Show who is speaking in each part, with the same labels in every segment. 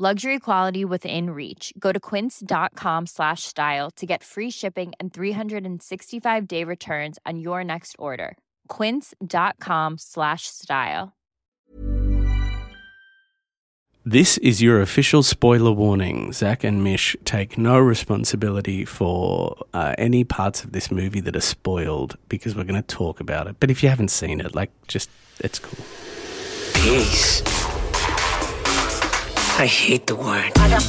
Speaker 1: Luxury quality within reach. Go to quince.com slash style to get free shipping and 365 day returns on your next order. Quince.com slash style.
Speaker 2: This is your official spoiler warning. Zach and Mish take no responsibility for uh, any parts of this movie that are spoiled because we're going to talk about it. But if you haven't seen it, like, just, it's cool.
Speaker 3: Peace. I hate the word.
Speaker 4: I don't,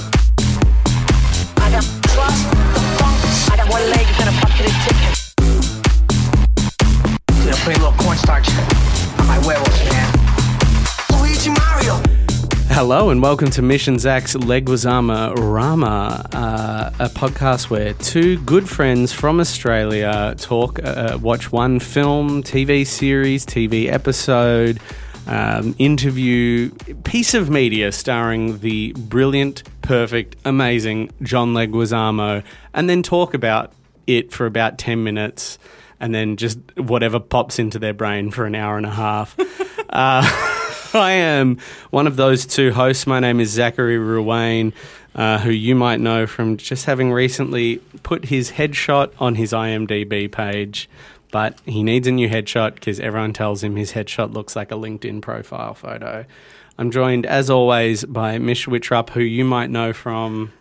Speaker 4: I don't trust the funk. I got one leg and a bucket of chicken.
Speaker 3: Gonna put a little cornstarch on my werewolf, man. Luigi Mario.
Speaker 2: Hello and welcome to Mission Zach's Leguizamo Rama, uh, a podcast where two good friends from Australia talk, uh, watch one film, TV series, TV episode, um, interview, piece of media starring the brilliant, perfect, amazing John Leguizamo, and then talk about it for about 10 minutes and then just whatever pops into their brain for an hour and a half. I am one of those two hosts. My name is Zachary Ruane, uh, who you might know from just having recently put his headshot on his IMDb page. But he needs a new headshot because everyone tells him his headshot looks like a LinkedIn profile photo. I'm joined, as always, by Mish Wittrup, who you might know from.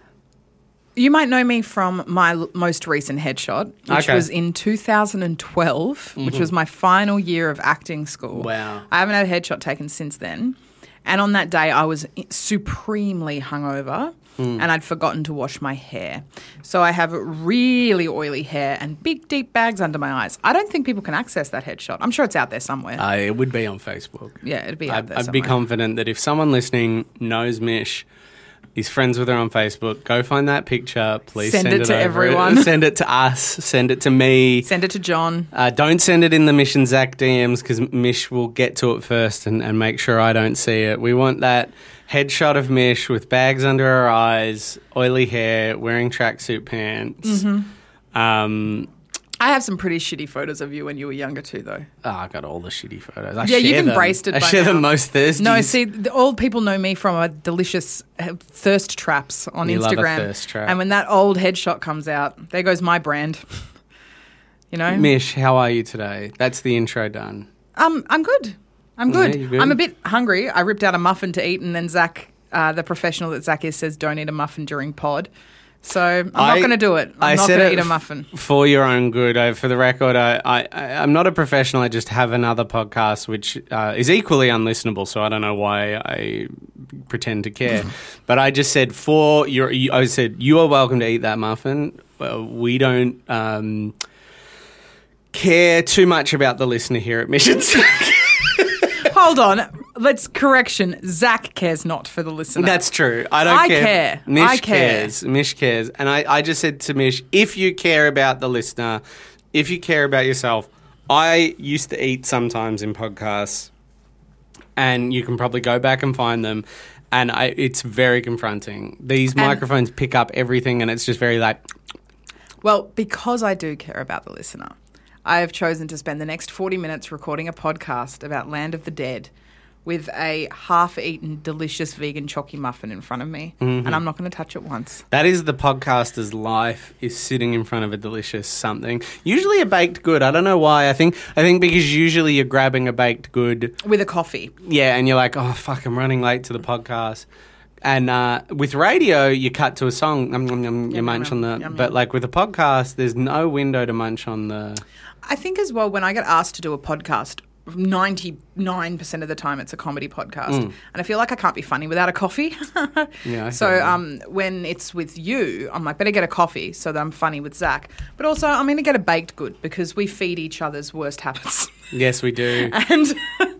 Speaker 5: You might know me from my l- most recent headshot, which
Speaker 2: Okay. Mm-hmm.
Speaker 5: was in 2012, which was my final year of acting school.
Speaker 2: Wow.
Speaker 5: I haven't had a headshot taken since then. And on that day, I was i- supremely hungover
Speaker 2: Mm.
Speaker 5: and I'd forgotten to wash my hair. So I have really oily hair and big, deep bags under my eyes. I don't think people can access that headshot. I'm sure it's out there somewhere.
Speaker 2: Uh, it would be on Facebook.
Speaker 5: yeah, it'd be out
Speaker 2: I'd,
Speaker 5: there
Speaker 2: I'd be
Speaker 5: somewhere.
Speaker 2: confident that if someone listening knows Mish, is friends with her on Facebook, go find that picture. Please send,
Speaker 5: Send it to
Speaker 2: over.
Speaker 5: everyone.
Speaker 2: Send it to us. Send it to me.
Speaker 5: Send it to John.
Speaker 2: Uh, don't send it in the Mish and Zach DMs because Mish will get to it first and, and make sure I don't see it. We want that headshot of Mish with bags under her eyes, oily hair, wearing tracksuit pants.
Speaker 5: Mm-hmm.
Speaker 2: Um,
Speaker 5: I have some pretty shitty photos of you when you were younger, too, though.
Speaker 2: oh, I got all the shitty photos. I
Speaker 5: Yeah,
Speaker 2: share
Speaker 5: you've
Speaker 2: them.
Speaker 5: embraced it
Speaker 2: I
Speaker 5: by
Speaker 2: share them
Speaker 5: now.
Speaker 2: most Thursdays.
Speaker 5: No, see, the, all people know me from a delicious uh, thirst traps on
Speaker 2: You love a
Speaker 5: Instagram.
Speaker 2: thirst trap.
Speaker 5: And when that old headshot comes out, there goes my brand. you know,
Speaker 2: Mish, how are you today? That's the intro done.
Speaker 5: um, I'm good. I'm good.
Speaker 2: Yeah, you good?
Speaker 5: I'm a bit hungry. I ripped out a muffin to eat, and then Zach, uh, the professional that Zach is, says don't eat a muffin during pod. So I'm
Speaker 2: I-
Speaker 5: not going to do it. I'm
Speaker 2: I
Speaker 5: not
Speaker 2: said
Speaker 5: going
Speaker 2: it
Speaker 5: to eat a
Speaker 2: f-
Speaker 5: muffin.
Speaker 2: for your own good. I, for the record, I, I, I, I'm not a professional. I just have another podcast which uh, is equally unlistenable. So I don't know why I pretend to care. but I just said for your, you- I said you are welcome to eat that muffin. Uh, we don't. Um, Care too much about the listener here at Missions.
Speaker 5: Hold on. Let's correction. Zach cares not for the listener.
Speaker 2: That's true. I don't
Speaker 5: I
Speaker 2: care.
Speaker 5: care.
Speaker 2: Mish
Speaker 5: I care.
Speaker 2: cares. Mish cares. And I, I just said to Mish, if you care about the listener, if you care about yourself, I used to eat sometimes in podcasts, and you can probably go back and find them. And I, it's very confronting. These microphones pick up everything, and it's just very like,
Speaker 5: Well, because I do care about the listener, I have chosen to spend the next 40 minutes recording a podcast about Land of the Dead with a half eaten, delicious vegan chocky muffin in front of me. And I'm not going to touch it once.
Speaker 2: That is the podcaster's life is sitting in front of a delicious something. Usually a baked good. I don't know why. I think I think because usually you're grabbing a baked good
Speaker 5: With a coffee.
Speaker 2: yeah, and you're like, oh fuck, I'm running late to the podcast. And uh, with radio, you cut to a song, um, um, um, you munch on
Speaker 5: yum,
Speaker 2: the.
Speaker 5: yum,
Speaker 2: but
Speaker 5: yum.
Speaker 2: like with a podcast, there's no window to munch on the.
Speaker 5: I think as well, when I get asked to do a podcast, 99% of the time it's a comedy podcast. And I feel like I can't be funny without a coffee.
Speaker 2: Mm. Yeah, I
Speaker 5: so
Speaker 2: hear that.
Speaker 5: um, when it's with you, I'm like, better get a coffee so that I'm funny with Zach. But also, I'm going to get a baked good because we feed each other's worst habits.
Speaker 2: Yes, we do.
Speaker 5: And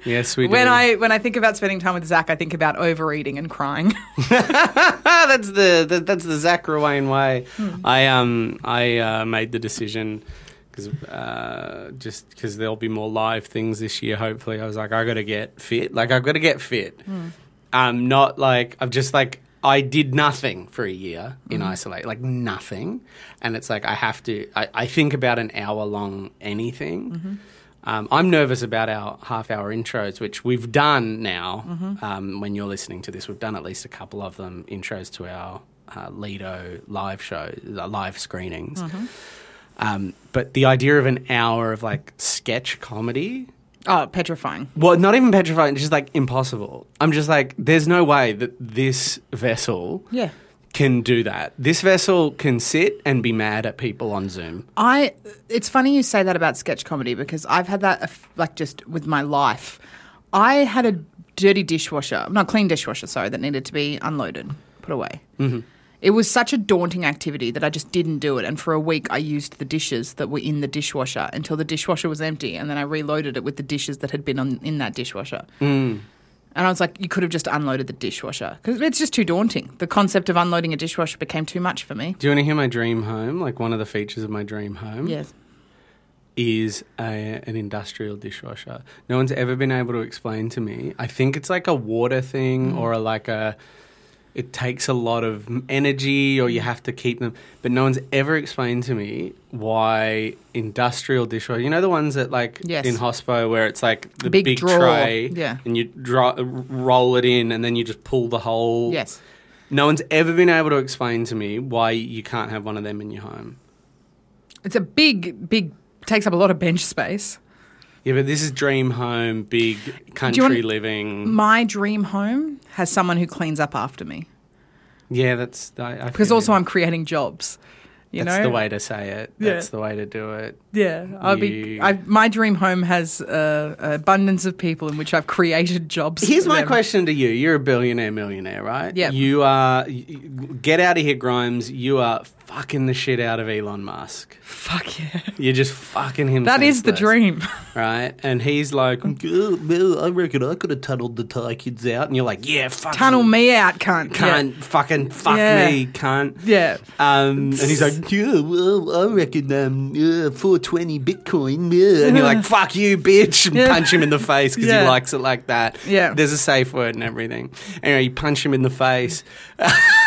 Speaker 2: Yes, we do.
Speaker 5: When I when I think about spending time with Zach, I think about overeating and crying.
Speaker 2: Ah, that's the, the that's the Zach Ruane way. I um I uh, made the decision because uh, just because there'll be more live things this year. Hopefully, I was like, I got to get fit. Like I've got to get fit. Um, not like I've just like I did nothing for a year in isolate, like nothing, and it's like I have to. I, I think about an hour long anything. Um, I'm nervous about our half hour intros, which we've done now.
Speaker 5: Mm-hmm.
Speaker 2: Um, when you're listening to this, we've done at least a couple of them intros to our uh, Lido live show, uh, live screenings.
Speaker 5: Mm-hmm.
Speaker 2: Um, but the idea of an hour of like sketch comedy,
Speaker 5: oh, petrifying.
Speaker 2: well, not even petrifying, just like impossible. I'm just like, there's no way that this vessel
Speaker 5: Yeah.
Speaker 2: can do that. This vessel can sit and be mad at people on Zoom.
Speaker 5: I it's funny you say that about sketch comedy because I've had that eff- like just with my life. I had a dirty dishwasher, no clean dishwasher, sorry, that needed to be unloaded, put away. Mm-hmm. It was such a daunting activity that I just didn't do it, and for a week I used the dishes that were in the dishwasher until the dishwasher was empty, and then I reloaded it with the dishes that had been on, in that dishwasher. And I was like, you could have just unloaded the dishwasher because it's just too daunting. The concept of unloading a dishwasher became too much for me.
Speaker 2: Do you want to hear my dream home? Like one of the features of my dream home
Speaker 5: Yes.
Speaker 2: is a, an industrial dishwasher. No one's ever been able to explain to me. I think it's like a water thing
Speaker 5: Mm.
Speaker 2: or a, like a. It takes a lot of m- energy, or you have to keep them. But no one's ever explained to me why industrial dishwasher. You know the ones that like
Speaker 5: Yes.
Speaker 2: in hospo where it's like the big,
Speaker 5: Big drawer.
Speaker 2: tray,
Speaker 5: Yeah.
Speaker 2: and you draw, roll it in, and then you just pull the whole.
Speaker 5: Yes.
Speaker 2: No one's ever been able to explain to me why you can't have one of them in your home.
Speaker 5: It's a big, big, takes up a lot of bench space.
Speaker 2: Yeah, but this is dream home, big country
Speaker 5: want-
Speaker 2: living.
Speaker 5: My dream home has someone who cleans up after me
Speaker 2: Yeah, that's I, I
Speaker 5: because
Speaker 2: feel
Speaker 5: also
Speaker 2: you.
Speaker 5: I'm creating jobs. You
Speaker 2: That's
Speaker 5: know,
Speaker 2: the way to say it. That's the way to do it.
Speaker 5: Yeah, I'll
Speaker 2: You-
Speaker 5: be. I, my dream home has uh, abundance of people in which I've created jobs.
Speaker 2: Here's
Speaker 5: for
Speaker 2: my
Speaker 5: them.
Speaker 2: question to you: You're a billionaire millionaire, right?
Speaker 5: Yep.
Speaker 2: You are. y- y- Get out of here, Grimes. You are fucking the shit out of Elon Musk.
Speaker 5: Fuck yeah,
Speaker 2: You're just fucking him.
Speaker 5: that is the
Speaker 2: senseless,
Speaker 5: dream.
Speaker 2: right? And he's like, "Yeah, well, I reckon I could have tunneled the Thai kids out, and you're like, yeah, fuck
Speaker 5: Tunnel me out, cunt.
Speaker 2: Can't fucking fuck
Speaker 5: Yeah.
Speaker 2: me, can't.
Speaker 5: Yeah.
Speaker 2: Um, and he's like, yeah, well, I reckon um, yeah, 420 Bitcoin. Yeah. And you're like, fuck you, bitch. And
Speaker 5: Yeah.
Speaker 2: punch him in the face because he
Speaker 5: Yeah.
Speaker 2: likes it like that.
Speaker 5: Yeah.
Speaker 2: There's a safe word and everything. Anyway, you punch him in the face.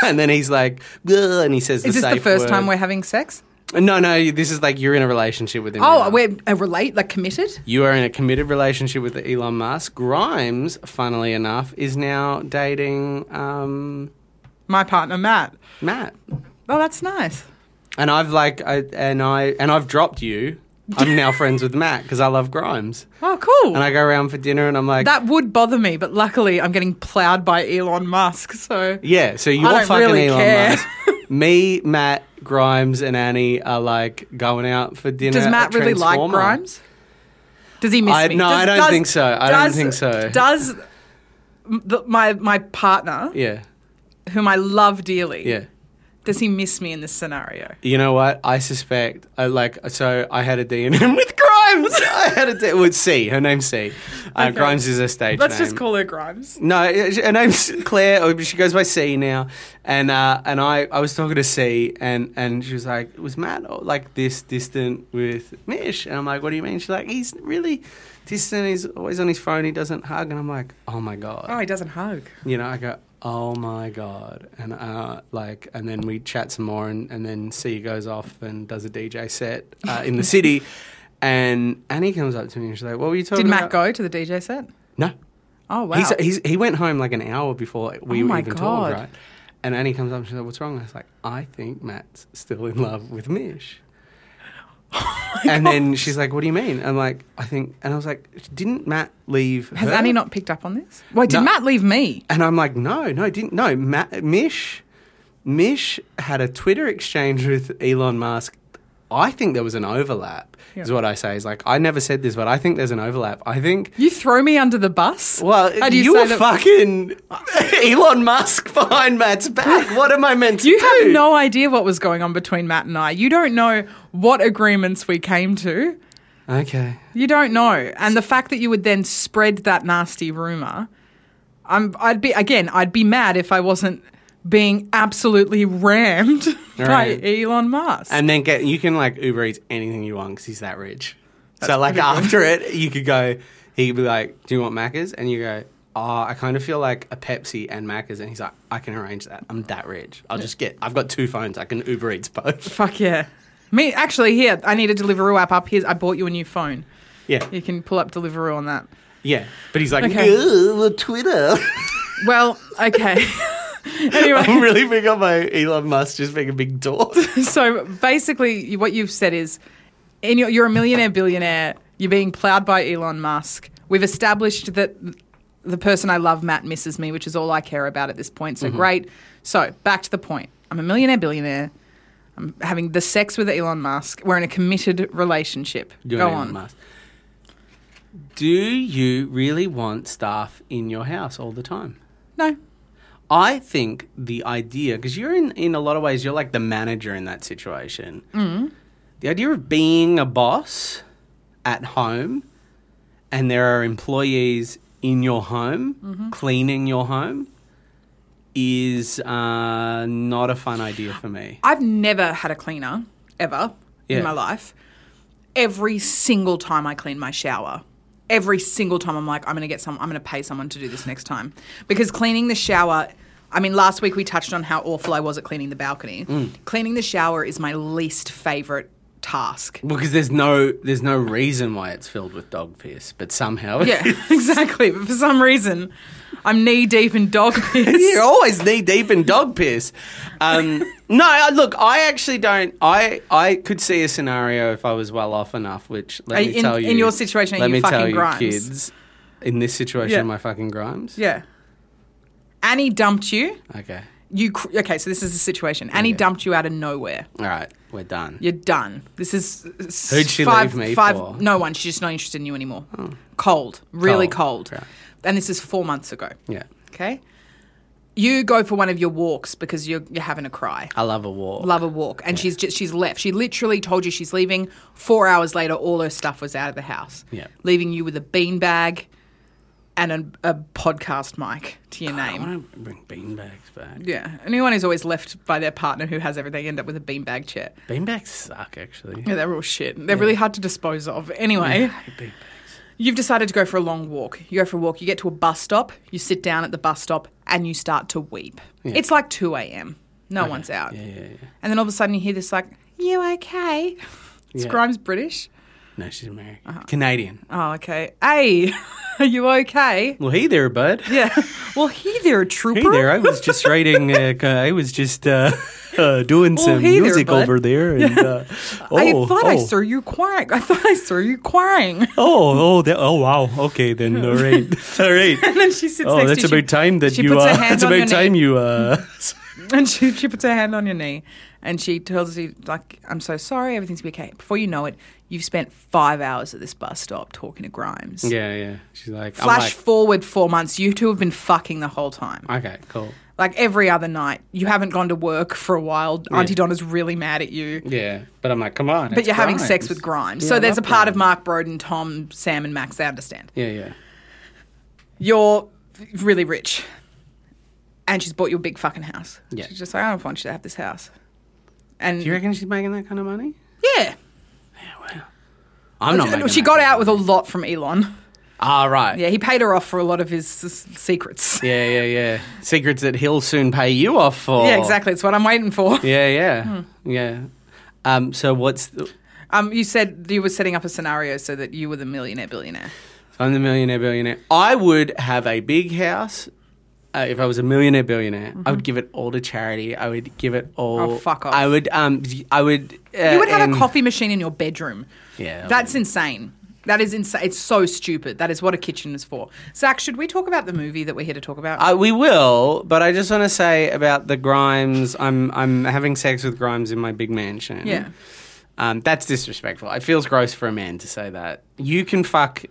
Speaker 2: and then he's like, yeah, and he says the
Speaker 5: Is this the
Speaker 2: safe
Speaker 5: first
Speaker 2: word.
Speaker 5: time we're having sex?
Speaker 2: No, no, this is like you're in a relationship with him.
Speaker 5: Oh,
Speaker 2: now.
Speaker 5: we're uh, relate like committed.
Speaker 2: You are in a committed relationship with Elon Musk. Grimes, funnily enough, is now dating um,
Speaker 5: My partner Matt.
Speaker 2: Matt.
Speaker 5: Oh, that's nice.
Speaker 2: And I've like, I, and I, and I've dropped you. I'm now friends with Matt because I love Grimes.
Speaker 5: Oh, cool.
Speaker 2: And I go around for dinner and I'm like,
Speaker 5: That would bother me, but luckily I'm getting plowed by Elon Musk. So
Speaker 2: yeah. So you're
Speaker 5: I don't
Speaker 2: fucking
Speaker 5: really
Speaker 2: Elon
Speaker 5: care.
Speaker 2: Musk. Me, Matt, Grimes, and Annie are like going out for dinner.
Speaker 5: does
Speaker 2: at
Speaker 5: Matt really like
Speaker 2: Transformer.
Speaker 5: Grimes? Does he miss
Speaker 2: I-
Speaker 5: me?
Speaker 2: no,
Speaker 5: Does-
Speaker 2: I don't
Speaker 5: does-
Speaker 2: think so. I don't
Speaker 5: does-
Speaker 2: think so.
Speaker 5: Does m- the, my my partner,
Speaker 2: Yeah,
Speaker 5: whom I love dearly,
Speaker 2: yeah.
Speaker 5: does he miss me in this scenario?
Speaker 2: You know what? I suspect. I like. So I had a D and M with Grimes. I had a D. Well, it's C. Her name's C. Uh, Grimes is a stage
Speaker 5: Let's
Speaker 2: name.
Speaker 5: just call her Grimes.
Speaker 2: No, her name's Claire. or She goes by C now, and uh, and I, I was talking to C, and, and she was like, "Was Matt oh, like this distant with Mish?" And I'm like, "What do you mean?" She's like, "He's really distant. He's always on his phone. He doesn't hug." And I'm like, "Oh my god!"
Speaker 5: Oh, he doesn't hug.
Speaker 2: You know, I go, "Oh my god!" And uh, like, and then we chat some more, and, and then C goes off and does a DJ set uh, in the city, and Annie comes up to me and she's like, "What were you talking
Speaker 5: Did
Speaker 2: about?"
Speaker 5: Matt go to the DJ set?
Speaker 2: No.
Speaker 5: Oh wow.
Speaker 2: He's, he's, he went home like an hour before we
Speaker 5: Oh
Speaker 2: were
Speaker 5: my
Speaker 2: even
Speaker 5: God.
Speaker 2: talked, right? And Annie comes up and she's like, What's wrong? I was like, I think Matt's still in love with Mish.
Speaker 5: Oh,
Speaker 2: and then she's like, What do you mean? I'm like, I think, and I was like, Didn't Matt leave?
Speaker 5: Has
Speaker 2: her?"
Speaker 5: Annie not picked up on this? Wait, did
Speaker 2: No.
Speaker 5: Matt leave me?
Speaker 2: And I'm like, No, no, didn't, no, Matt, Mish, Mish had a Twitter exchange with Elon Musk. I think there was an overlap, is what I say. Is like, I never said this, but I think there's an overlap. I think
Speaker 5: You throw me under the bus?
Speaker 2: Well,
Speaker 5: How do
Speaker 2: you,
Speaker 5: say
Speaker 2: were
Speaker 5: that-
Speaker 2: fucking Elon Musk behind Matt's back. What am I meant to
Speaker 5: You
Speaker 2: do?
Speaker 5: have no idea what was going on between Matt and I. You don't know what agreements we came to.
Speaker 2: Okay.
Speaker 5: You don't know. And the fact that you would then spread that nasty rumor, I'm, I'd be, again, I'd be mad if I wasn't being absolutely rammed
Speaker 2: Right.
Speaker 5: by Elon Musk.
Speaker 2: And then get you can like Uber Eats anything you want because he's that rich. so like after it, you could go. He'd be like, "Do you want Macca's?" And you go, "Oh, I kind of feel like a Pepsi and Macca's." And he's like, "I can arrange that. I'm that rich. I'll just get. I've got two phones. I can Uber Eats both."
Speaker 5: Fuck yeah. Me, actually, here, I need a Deliveroo app up. Here's, I bought you a new phone.
Speaker 2: Yeah,
Speaker 5: You can pull up Deliveroo on that.
Speaker 2: yeah. But he's like,
Speaker 5: Okay.
Speaker 2: "Ugh, Twitter."
Speaker 5: Well, okay. anyway.
Speaker 2: I'm really big on my Elon Musk just being a big dork.
Speaker 5: so basically, you- what you've said is, in your, you're a millionaire billionaire. You're being plowed by Elon Musk. We've established that the person I love, Matt, misses me, which is all I care about at this point.
Speaker 2: Mm-hmm.
Speaker 5: So great. So back to the point. I'm a millionaire billionaire. I'm having the sex with Elon Musk. We're in a committed relationship.
Speaker 2: You're
Speaker 5: Go
Speaker 2: an Elon
Speaker 5: on.
Speaker 2: Musk. Do you really want staff in your house all the time?
Speaker 5: No.
Speaker 2: I think the idea, because you're in, in a lot of ways, you're like the manager in that situation. Mm. The idea of being a boss at home and there are employees in your home
Speaker 5: Mm-hmm.
Speaker 2: cleaning your home is uh, not a fun idea for me.
Speaker 5: I've never had a cleaner ever
Speaker 2: Yeah.
Speaker 5: in my life. Every single time I clean my shower, every single time I'm like, I'm going to get some, I'm going to pay someone to do this next time because cleaning the shower. I mean, last week we touched on how awful I was at cleaning the balcony. Cleaning the shower is my least favorite task.
Speaker 2: Because there's no there's no reason why it's filled with dog piss, but somehow
Speaker 5: Yeah, exactly. But for some reason, I'm knee deep in dog piss.
Speaker 2: You're always knee deep in dog piss. Um, no, I- look, I actually don't. I I could see a scenario if I was well off enough. Which let
Speaker 5: Are
Speaker 2: me
Speaker 5: you- in-
Speaker 2: tell you,
Speaker 5: in your situation, are
Speaker 2: let
Speaker 5: you
Speaker 2: me tell
Speaker 5: fucking
Speaker 2: you,
Speaker 5: Grimes?
Speaker 2: kids. In this situation,
Speaker 5: Yeah.
Speaker 2: am I fucking Grimes?
Speaker 5: yeah. Annie dumped you.
Speaker 2: Okay.
Speaker 5: You cr- okay? So this is the situation. Annie dumped you out of nowhere.
Speaker 2: All right. We're done.
Speaker 5: You're done. This is s-
Speaker 2: Who'd she
Speaker 5: five,
Speaker 2: leave me
Speaker 5: five,
Speaker 2: for? Oh.
Speaker 5: No one. She's just not interested in you anymore. Cold, really
Speaker 2: Cold,
Speaker 5: cold.
Speaker 2: right.
Speaker 5: And this is four months ago.
Speaker 2: Yeah.
Speaker 5: Okay, you go for one of your walks because you're you're having a cry.
Speaker 2: I love a walk.
Speaker 5: Love a walk, and she's just she's left. She literally told you she's leaving. Four hours later, all her stuff was out of the house.
Speaker 2: Yeah.
Speaker 5: leaving you with a beanbag and a, a podcast mic to your
Speaker 2: I
Speaker 5: name.
Speaker 2: want to bring beanbags back.
Speaker 5: Yeah, anyone who's always left by their partner who has everything end up with a beanbag chair.
Speaker 2: Beanbags suck, actually.
Speaker 5: Yeah, they're all shit. They're really hard to dispose of. Anyway,
Speaker 2: Beanbags.
Speaker 5: you've decided to go for a long walk. You go for a walk, you get to a bus stop, you sit down at the bus stop, and you start to weep. It's like 2 a.m. No one's out.
Speaker 2: Yeah, yeah, yeah.
Speaker 5: And then all of a sudden you hear this, like, you okay? It's
Speaker 2: Yeah.
Speaker 5: Grimes British.
Speaker 2: No, she's American, Canadian.
Speaker 5: Oh, okay. Hey, are you okay?
Speaker 2: Well, hey there, bud.
Speaker 5: Yeah. Well, he there, a trooper.
Speaker 2: Hey there, oh, I was just writing. Uh, I was just uh, uh, doing
Speaker 5: Oh,
Speaker 2: some
Speaker 5: hey there,
Speaker 2: music
Speaker 5: bud.
Speaker 2: over there, and uh, oh,
Speaker 5: I thought
Speaker 2: oh,
Speaker 5: I saw you crying. I thought I saw you crying.
Speaker 2: oh, oh, that, oh, wow. Okay, then, all right, all right.
Speaker 5: And then she sits
Speaker 2: Oh,
Speaker 5: next
Speaker 2: that's
Speaker 5: to you.
Speaker 2: about time that
Speaker 5: she
Speaker 2: you.
Speaker 5: puts her
Speaker 2: Uh,
Speaker 5: hand
Speaker 2: that's
Speaker 5: on your
Speaker 2: about
Speaker 5: knee.
Speaker 2: time you. Uh,
Speaker 5: And she, she puts her hand on your knee and she tells you, like, I'm so sorry, everything's gonna be okay. Before you know it, you've spent five hours at this bus stop talking to Grimes.
Speaker 2: yeah, yeah. She's like, I'm
Speaker 5: Flash forward four months, you two have been fucking the whole time.
Speaker 2: like, okay, cool.
Speaker 5: Like every other night, you haven't gone to work for a while. Auntie Donna's really mad at you.
Speaker 2: Yeah, but I'm like, come on.
Speaker 5: But you're having sex with Grimes. so there's a part of Mark Broden, Tom, Sam, and Max, I understand.
Speaker 2: Yeah, yeah.
Speaker 5: You're really rich. And she's bought you a big fucking house.
Speaker 2: Yeah.
Speaker 5: She's just like, I don't want you to have this house. And
Speaker 2: Do you reckon she's making that kind of money?
Speaker 5: yeah.
Speaker 2: I'm not. making
Speaker 5: she
Speaker 2: that
Speaker 5: got
Speaker 2: kind of
Speaker 5: out with a
Speaker 2: money.
Speaker 5: lot from Elon.
Speaker 2: Ah, right.
Speaker 5: Yeah, he paid her off for a lot of his s- secrets.
Speaker 2: Yeah, yeah, yeah. Secrets that he'll soon pay you off for.
Speaker 5: Yeah, exactly. It's what I'm waiting for.
Speaker 2: Oh. Yeah, yeah,
Speaker 5: Hmm.
Speaker 2: yeah. Um, so what's the,
Speaker 5: Um, you said you were setting up a scenario so that you were the millionaire billionaire.
Speaker 2: I'm the millionaire billionaire. I would have a big house. Uh, if I was a millionaire billionaire, I would give it all to charity. I would give it all.
Speaker 5: Mm-hmm. Oh, fuck off.
Speaker 2: I would. Um. I would. Uh,
Speaker 5: You would have
Speaker 2: and-
Speaker 5: a coffee machine in your bedroom.
Speaker 2: Yeah, I
Speaker 5: that's insane. That is insane. It's so stupid. That is what a kitchen is for. Zach, should we talk about the movie that we're here to talk about?
Speaker 2: Uh, we will, but I just want to say about the Grimes. I'm I'm having sex with Grimes in my big mansion.
Speaker 5: Yeah.
Speaker 2: Um, that's disrespectful. It feels gross for a man to say that. You can fuck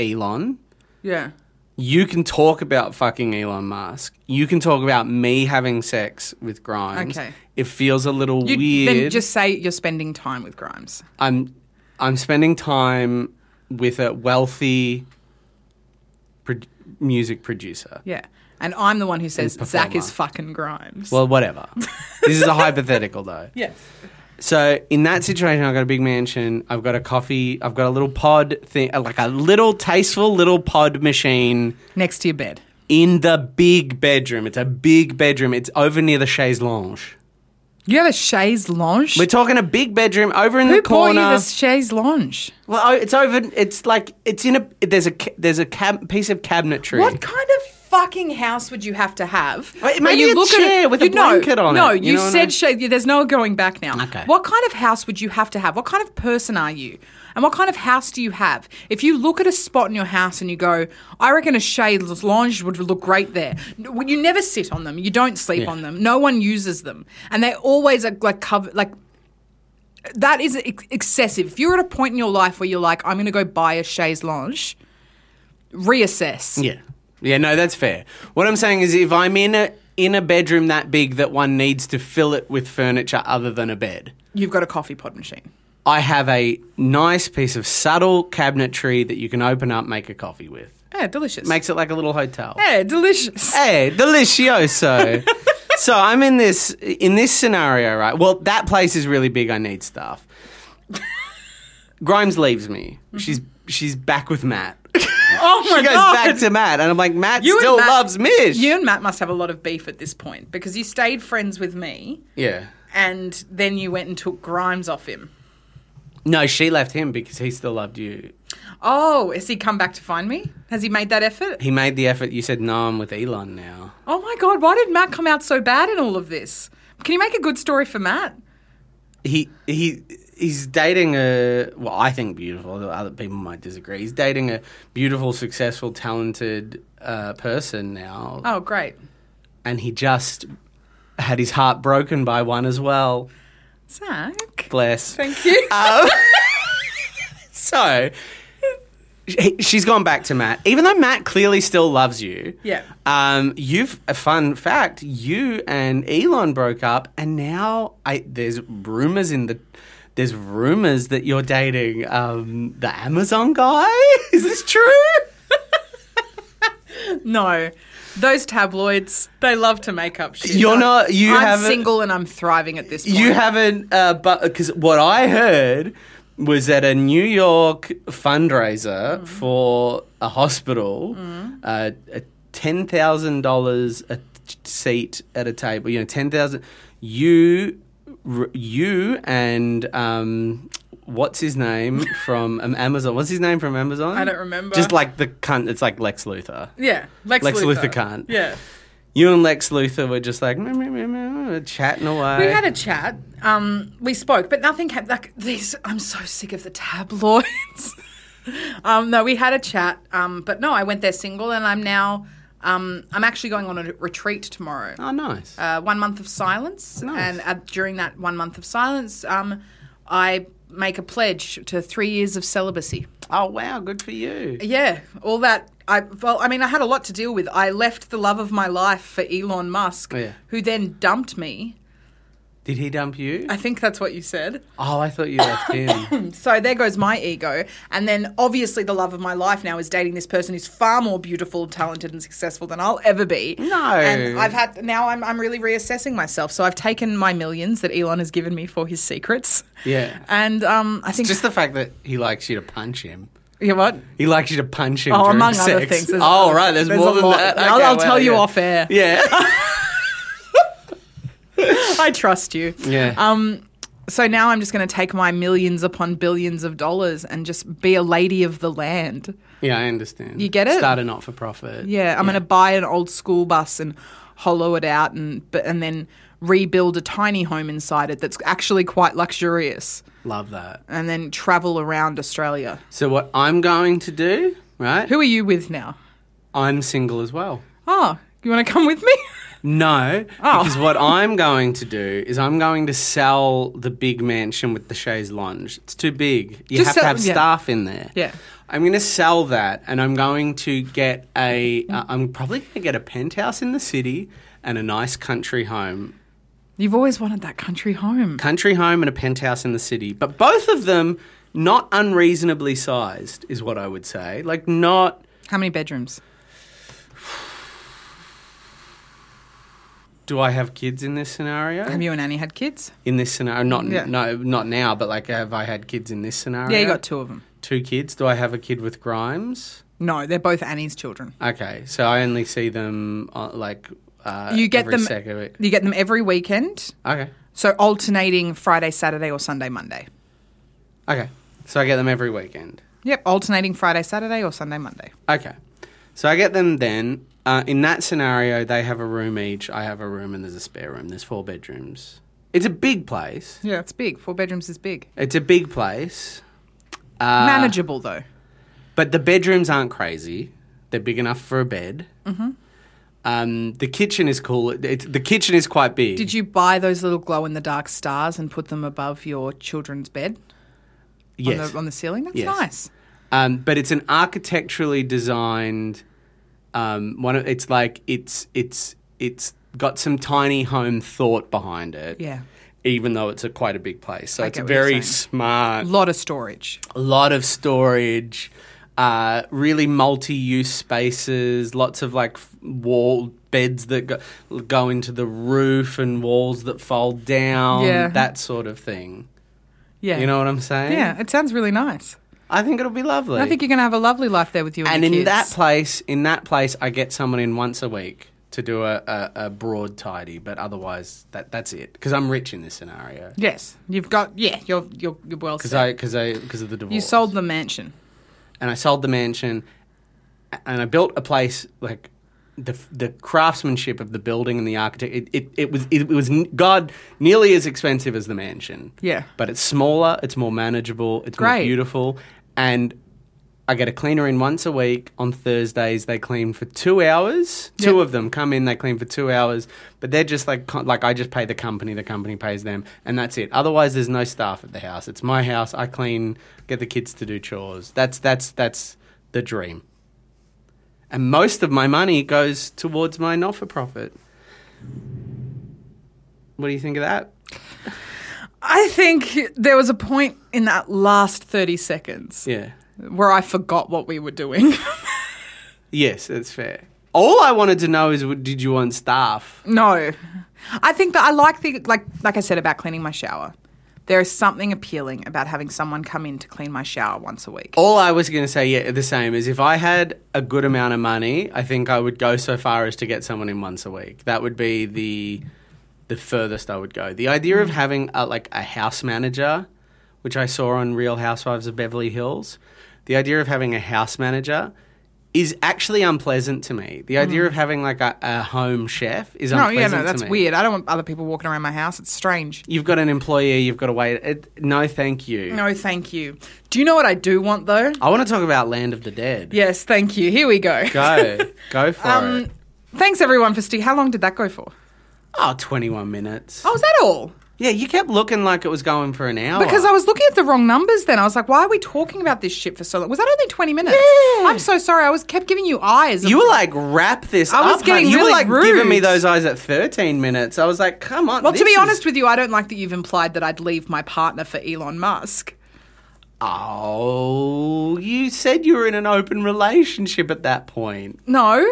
Speaker 2: Elon.
Speaker 5: yeah,
Speaker 2: you can talk about fucking Elon Musk. You can talk about me having sex with Grimes.
Speaker 5: Okay.
Speaker 2: It feels a little
Speaker 5: you,
Speaker 2: weird.
Speaker 5: Then just say you're spending time with Grimes.
Speaker 2: I'm I'm spending time with a wealthy pro- music producer.
Speaker 5: Yeah. And I'm the one who says
Speaker 2: And
Speaker 5: Zach
Speaker 2: performer.
Speaker 5: is fucking Grimes.
Speaker 2: Well, whatever. this is a hypothetical, though.
Speaker 5: yes.
Speaker 2: So in that situation, I've got a big mansion. I've got a coffee. I've got a little pod thing, uh, like a little tasteful little pod machine
Speaker 5: Next to your bed.
Speaker 2: in the big bedroom. It's a big bedroom. It's over near the chaise lounge.
Speaker 5: You have a chaise lounge?
Speaker 2: We're talking a big bedroom over in
Speaker 5: Who
Speaker 2: the
Speaker 5: bought you
Speaker 2: corner.
Speaker 5: this chaise lounge?
Speaker 2: Well, oh, it's over. It's like it's in a. There's a ca- there's a cab, piece of cabinetry.
Speaker 5: What kind of fucking house would you have to have?
Speaker 2: Wait,
Speaker 5: where
Speaker 2: Uh, maybe a chair with a
Speaker 5: you know-
Speaker 2: blanket on
Speaker 5: No,
Speaker 2: it, you
Speaker 5: you
Speaker 2: know what I mean?
Speaker 5: said shade. There's no going back now.
Speaker 2: Okay.
Speaker 5: What kind of house would you have to have? What kind of person are you? And what kind of house do you have? If you look at a spot in your house and you go, I reckon a chaise lounge would look great there. Well, You never sit on them. You don't sleep on them. No one uses them, and they always are like covered. Like that is ex- excessive. If you're at a point in your life where you're like, I'm going to go buy a chaise lounge, reassess.
Speaker 2: Yeah, yeah. No, that's fair. What I'm saying is, if I'm in a in a bedroom that big that one needs to fill it with furniture other than a bed,
Speaker 5: You've got a coffee pod machine.
Speaker 2: I have a nice piece of subtle cabinetry that you can open up, make a coffee with.
Speaker 5: Yeah, delicious.
Speaker 2: Makes it like a little hotel.
Speaker 5: yeah, delicious.
Speaker 2: Hey, delicioso. so I'm in this in this scenario, right? Well, that place is really big. I need stuff. Grimes leaves me.
Speaker 5: Mm-hmm.
Speaker 2: She's she's back with Matt.
Speaker 5: Oh my
Speaker 2: she goes
Speaker 5: god.
Speaker 2: back to Matt, and I'm like, Matt
Speaker 5: You and
Speaker 2: still
Speaker 5: Matt-
Speaker 2: loves Mish.
Speaker 5: You and Matt must have a lot of beef at this point because you stayed friends with me
Speaker 2: yeah.
Speaker 5: and then you went and took Grimes off him.
Speaker 2: No, she left him because he still loved you.
Speaker 5: Oh, has he come back to find me? Has he made that effort?
Speaker 2: He made the effort. You said, "No, I'm with Elon now."
Speaker 5: Oh my god, why did Matt come out so bad in all of this? Can you make a good story for Matt?
Speaker 2: he he he's dating a well i think beautiful although other people might disagree he's dating a beautiful successful talented uh, person now
Speaker 5: Oh, great.
Speaker 2: and he just had his heart broken by one as well
Speaker 5: Zach.
Speaker 2: bless
Speaker 5: Thank you.
Speaker 2: Uh, so she- she's gone back to matt even though matt clearly still loves you
Speaker 5: Yeah.
Speaker 2: um, you've a fun fact you and elon broke up and now I, there's rumors in the there's rumors that you're dating um, the amazon guy is this true
Speaker 5: no. Those tabloids, they love to make up shit.
Speaker 2: You're not- you
Speaker 5: I'm
Speaker 2: haven't-
Speaker 5: single and I'm thriving at this point.
Speaker 2: You haven't, uh, but because what I heard was at a New York fundraiser
Speaker 5: Mm.
Speaker 2: for a hospital, uh, a ten thousand dollars a t- seat at a table. You know, ten thousand. You, r- you, and um, what's his name from um, Amazon? What's his name from Amazon?
Speaker 5: I don't remember.
Speaker 2: Just like the cunt. It's like Lex Luthor.
Speaker 5: Yeah, Lex,
Speaker 2: Lex
Speaker 5: Luthor.
Speaker 2: Luthor can't.
Speaker 5: Yeah,
Speaker 2: You and Lex Luthor were just like meh, meh, meh, meh, chatting away.
Speaker 5: we had a chat. Um, we spoke, but nothing happened. Like these, I'm so sick of the tabloids. um, no, we had a chat. Um, but no, I went there single, and I'm now. Um, I'm actually going on a retreat tomorrow.
Speaker 2: oh, nice.
Speaker 5: Uh, one month of silence,
Speaker 2: Nice.
Speaker 5: and uh, during that one month of silence, um, I make a pledge to three years of celibacy.
Speaker 2: Oh wow, good for you.
Speaker 5: Yeah, all that. I well, I mean, I had a lot to deal with. I left the love of my life for Elon Musk,
Speaker 2: Oh, Yeah.
Speaker 5: who then dumped me.
Speaker 2: Did he dump you?
Speaker 5: I think that's what you said.
Speaker 2: Oh, I thought you left him.
Speaker 5: So there goes my ego. And then obviously, the love of my life now is dating this person who's far more beautiful, talented, and successful than I'll ever be.
Speaker 2: No.
Speaker 5: And I've had, now I'm, I'm really reassessing myself. So I've taken my millions that Elon has given me for his secrets.
Speaker 2: Yeah.
Speaker 5: And um, I think,
Speaker 2: Just the fact that he likes you to punch him.
Speaker 5: you know what?
Speaker 2: He likes you to punch him.
Speaker 5: Oh,
Speaker 2: during
Speaker 5: among
Speaker 2: sex.
Speaker 5: other things, there's
Speaker 2: oh,
Speaker 5: other-
Speaker 2: right. There's,
Speaker 5: there's
Speaker 2: more
Speaker 5: a
Speaker 2: than
Speaker 5: lot.
Speaker 2: that.
Speaker 5: I'll-
Speaker 2: Okay,
Speaker 5: I'll
Speaker 2: well,
Speaker 5: tell you
Speaker 2: yeah.
Speaker 5: off air. Um,
Speaker 2: Yeah.
Speaker 5: I trust you.
Speaker 2: yeah.
Speaker 5: Um, so now I'm just going to take my millions upon billions of dollars and just be a lady of the land.
Speaker 2: yeah, I understand.
Speaker 5: you get it?
Speaker 2: Start a not for profit.
Speaker 5: Yeah, I'm going to buy an old school bus and hollow it out and but, and then rebuild a tiny home inside it that's actually quite luxurious
Speaker 2: Love that.
Speaker 5: and then travel around Australia.
Speaker 2: So what I'm going to do, right?
Speaker 5: Who are you with now?
Speaker 2: I'm single as well.
Speaker 5: Oh, you want to come with me?
Speaker 2: No,
Speaker 5: Oh.
Speaker 2: because what I'm going to do is I'm going to sell the big mansion with the chaise lounge. It's too big. You
Speaker 5: Just
Speaker 2: have to
Speaker 5: sell-
Speaker 2: have
Speaker 5: yeah.
Speaker 2: staff in there.
Speaker 5: Yeah.
Speaker 2: I'm going to sell that, and I'm going to get a. Uh, I'm probably going to get a penthouse in the city and a nice country home.
Speaker 5: You've always wanted that country home.
Speaker 2: Country home and a penthouse in the city, but both of them not unreasonably sized, is what I would say. Like, not.
Speaker 5: How many bedrooms?
Speaker 2: Do I have kids in this scenario?
Speaker 5: Have you and Annie had kids?
Speaker 2: in this scenario, not
Speaker 5: Yeah.
Speaker 2: no, not now, but like, have I had kids in this scenario?
Speaker 5: Yeah, you got two of them.
Speaker 2: two kids. Do I have a kid with Grimes?
Speaker 5: No, they're both Annie's children.
Speaker 2: Okay, so I only see them uh, like uh,
Speaker 5: You get
Speaker 2: every
Speaker 5: them-
Speaker 2: second week.
Speaker 5: You get them every weekend,
Speaker 2: Okay,
Speaker 5: so alternating Friday, Saturday, or Sunday, Monday.
Speaker 2: okay, so I get them every weekend.
Speaker 5: Yep, alternating Friday, Saturday, or Sunday, Monday.
Speaker 2: Okay, so I get them then. Uh, in that scenario, they have a room each. I have a room, and there's a spare room. There's four bedrooms. It's a big place.
Speaker 5: Yeah, it's big. Four bedrooms is big.
Speaker 2: It's a big place. Uh,
Speaker 5: Manageable though.
Speaker 2: But the bedrooms aren't crazy. They're big enough for a bed. Mm-hmm. Um, the kitchen is cool. It, it's- the kitchen is quite big.
Speaker 5: Did you buy those little glow in the dark stars and put them above your children's bed on,
Speaker 2: Yes.
Speaker 5: the, on the ceiling? That's
Speaker 2: Yes.
Speaker 5: nice.
Speaker 2: Um, but it's an architecturally designed. Um, one. Of, it's like it's it's it's got some tiny home thought behind it.
Speaker 5: Yeah.
Speaker 2: Even though it's a quite a big place, so it's
Speaker 5: get what you're
Speaker 2: very
Speaker 5: saying.
Speaker 2: smart.
Speaker 5: lot of storage.
Speaker 2: a lot of storage, uh, really multi-use spaces, lots of like f- wall beds that go, go into the roof and walls that fold down,
Speaker 5: Yeah.
Speaker 2: that sort of thing.
Speaker 5: Yeah.
Speaker 2: You know what I'm saying?
Speaker 5: Yeah, it sounds really nice.
Speaker 2: I think it'll be lovely.
Speaker 5: I think you're going to have a lovely life there with you and,
Speaker 2: and
Speaker 5: your
Speaker 2: in
Speaker 5: kids.
Speaker 2: that place, in that place, I get someone in once a week to do a, a, a broad tidy, but otherwise, that that's it. Because I'm rich in this scenario.
Speaker 5: yes, you've got yeah, you're you're, you're well
Speaker 2: Because
Speaker 5: set.
Speaker 2: I because I because of the divorce.
Speaker 5: you sold the mansion.
Speaker 2: and I sold the mansion, and I built a place like the the craftsmanship of the building and the architect. It it, it was it, was n- God nearly as expensive as the mansion.
Speaker 5: Yeah.
Speaker 2: but it's smaller, it's more manageable, it's more
Speaker 5: Great.
Speaker 2: beautiful, and. I get a cleaner in once a week on Thursdays. They clean for two hours. Two
Speaker 5: Yep.
Speaker 2: of them come in. They clean for two hours, but they're just like co- like I just pay the company. The company pays them, and that's it. Otherwise, there's no staff at the house. It's my house. I clean, get the kids to do chores. That's that's that's the dream. And most of my money goes towards my not for profit. What do you think of that?
Speaker 5: I think there was a point in that last 30 seconds
Speaker 2: Yeah.
Speaker 5: where I forgot what we were doing.
Speaker 2: Yes, that's fair. All I wanted to know is, w- did you want staff?
Speaker 5: no. I think that I like the like like I said about cleaning my shower. There is something appealing about having someone come in to clean my shower once a week.
Speaker 2: All I was going to say, yeah, the same is if I had a good amount of money, I think I would go so far as to get someone in once a week. That would be the the furthest I would go. The idea
Speaker 5: Mm.
Speaker 2: of having a, like a house manager, which I saw on Real Housewives of Beverly Hills, the idea of having a house manager is actually unpleasant to me. The idea of having like a, a home chef is
Speaker 5: Mm. No,
Speaker 2: unpleasant
Speaker 5: yeah,
Speaker 2: to me.
Speaker 5: no, that's weird. I don't want other people walking around my house. It's strange.
Speaker 2: You've got an employee, you've got to wait. It, no, thank you.
Speaker 5: No, thank you. Do you know what I do want though?
Speaker 2: I want to talk about Land of the Dead.
Speaker 5: Yes, thank you. Here we go.
Speaker 2: Go, go for it.
Speaker 5: Um, thanks everyone for sti How long did that go for?
Speaker 2: Oh, 21 minutes.
Speaker 5: Oh, was that all?
Speaker 2: Yeah, you kept looking like it was going for an hour.
Speaker 5: Because I was looking at the wrong numbers then. I was like, why are we talking about this shit for so long? Was that only 20 minutes?
Speaker 2: Yeah.
Speaker 5: I'm so sorry. I was kept giving you eyes.
Speaker 2: You were like, wrap this
Speaker 5: I was
Speaker 2: up,
Speaker 5: getting
Speaker 2: honey. You were
Speaker 5: really
Speaker 2: like giving me
Speaker 5: rude.
Speaker 2: those eyes at 13 minutes. I was like, come on.
Speaker 5: Well, to
Speaker 2: this
Speaker 5: be
Speaker 2: is-
Speaker 5: honest with you, I don't like that you've implied that I'd leave my partner for Elon Musk.
Speaker 2: Oh, you said you were in an open relationship at that point.
Speaker 5: No.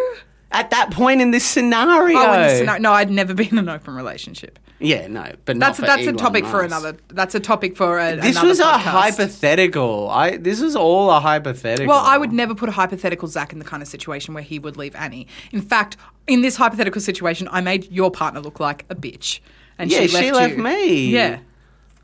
Speaker 2: At that point in this scenario.
Speaker 5: Oh, and this- no, no, I'd never been in an open relationship.
Speaker 2: Yeah, no, but not
Speaker 5: That's
Speaker 2: for
Speaker 5: that's
Speaker 2: Elon
Speaker 5: a topic for
Speaker 2: Musk.
Speaker 5: another. That's a topic for a,
Speaker 2: This
Speaker 5: another
Speaker 2: was a
Speaker 5: podcast.
Speaker 2: hypothetical. I this was all a hypothetical.
Speaker 5: Well, I would never put a hypothetical Zach in the kind of situation where he would leave Annie. In fact, in this hypothetical situation, I made your partner look like a bitch, and
Speaker 2: Yeah,
Speaker 5: she
Speaker 2: she left
Speaker 5: left, you.
Speaker 2: me.
Speaker 5: Yeah,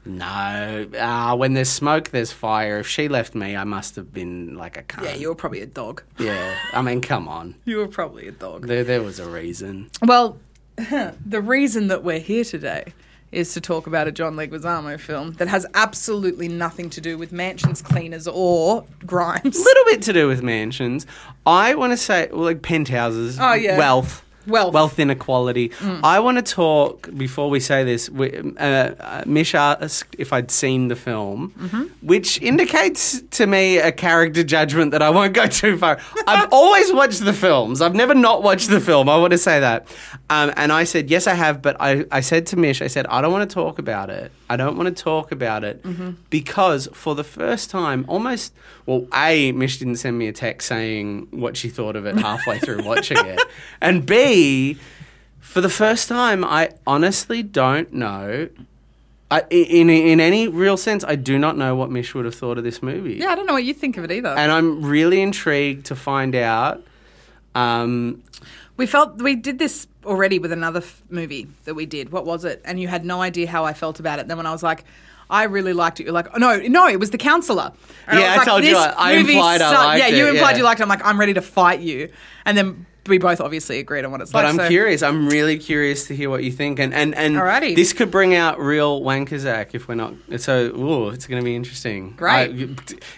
Speaker 2: No, ah, when there's smoke, there's fire. If she left me, I must have been like a cunt.
Speaker 5: yeah, you were probably a dog.
Speaker 2: Yeah, I mean, come on.
Speaker 5: You were probably a dog.
Speaker 2: There, there was a reason.
Speaker 5: Well, the reason that we're here today is to talk about a John Leguizamo film that has absolutely nothing to do with mansions cleaners or Grimes.
Speaker 2: little bit to do with mansions. I want to say, well, like penthouses,
Speaker 5: Oh, yeah.
Speaker 2: wealth.
Speaker 5: Wealth. Mm.
Speaker 2: wealth inequality. I want to talk before we say this. We, uh, uh, Mish asked if I'd seen the film,
Speaker 5: Mm-hmm.
Speaker 2: which indicates to me a character judgment that I won't go too far. I've always watched the films. I've never not watched the film. I want to say that. Um, and I said yes, I have. But I, I said to Mish, I said I don't want to talk about it. I don't want to talk about it because for the first time, almost well, a Mish didn't send me a text saying what she thought of it halfway through watching it, and b for the first time, I honestly don't know. I, in in any real sense, I do not know what Mish would have thought of this movie.
Speaker 5: Yeah, I don't know what you think of it either.
Speaker 2: and I'm really intrigued to find out. Um,
Speaker 5: we felt we did this already with another f- movie that we did. What was it? And you had no idea how I felt about it. Then when I was like, I really liked it. You're like, oh, no, no, it was the counselor. And
Speaker 2: Yeah, I
Speaker 5: was like,
Speaker 2: told you,
Speaker 5: this
Speaker 2: I- I
Speaker 5: movie
Speaker 2: implied I
Speaker 5: sucked.
Speaker 2: liked
Speaker 5: Yeah, you
Speaker 2: it,
Speaker 5: implied
Speaker 2: yeah.
Speaker 5: you liked it. I'm like, I'm ready to fight you. And then we both obviously agreed on what it's
Speaker 2: but
Speaker 5: like.
Speaker 2: I'm
Speaker 5: so-
Speaker 2: curious. I'm really curious to hear what you think. And and and
Speaker 5: Alrighty.
Speaker 2: this could bring out real wankerzak if we're not. So ooh, it's going to be interesting.
Speaker 5: Great.
Speaker 2: I- you,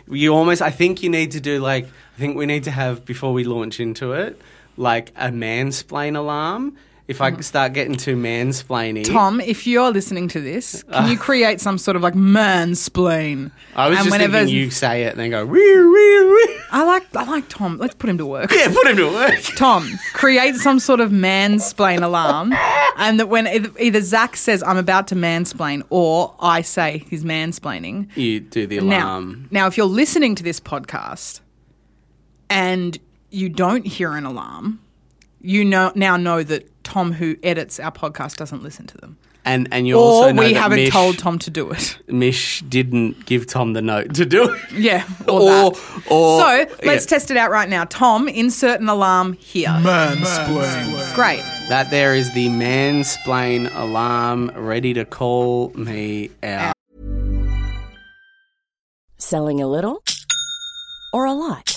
Speaker 2: you almost. I think you need to do like. I think we need to have before we launch into it, like a mansplain alarm. If I start getting too mansplaining,
Speaker 5: Mm-hmm. Tom, if you're listening to this, can you create some sort of like mansplain?
Speaker 2: Ah. I was
Speaker 5: And
Speaker 2: just
Speaker 5: whenever-
Speaker 2: thinking you say it and then go wee wee wee.
Speaker 5: I like, I like Tom. Let's put him to work.
Speaker 2: Yeah, put him to work.
Speaker 5: Tom, create some sort of mansplain alarm, and that when either, either Zach says I'm about to mansplain, or I say he's mansplaining.
Speaker 2: You do the
Speaker 5: Now,
Speaker 2: alarm.
Speaker 5: now, if you're listening to this podcast and you don't hear an alarm, you know now know that Tom, who edits our podcast, doesn't listen to them,
Speaker 2: And and you
Speaker 5: or
Speaker 2: also know
Speaker 5: we
Speaker 2: that
Speaker 5: haven't
Speaker 2: Mish,
Speaker 5: told Tom to do it.
Speaker 2: Mish didn't give Tom the note to do it.
Speaker 5: Yeah, or,
Speaker 2: Or-
Speaker 5: that.
Speaker 2: or-
Speaker 5: so let's
Speaker 2: yeah.
Speaker 5: test it out right now. Tom, insert an alarm here. Mansplain. Great.
Speaker 2: That there is the mansplain alarm ready to call me out.
Speaker 6: Selling a little or a lot?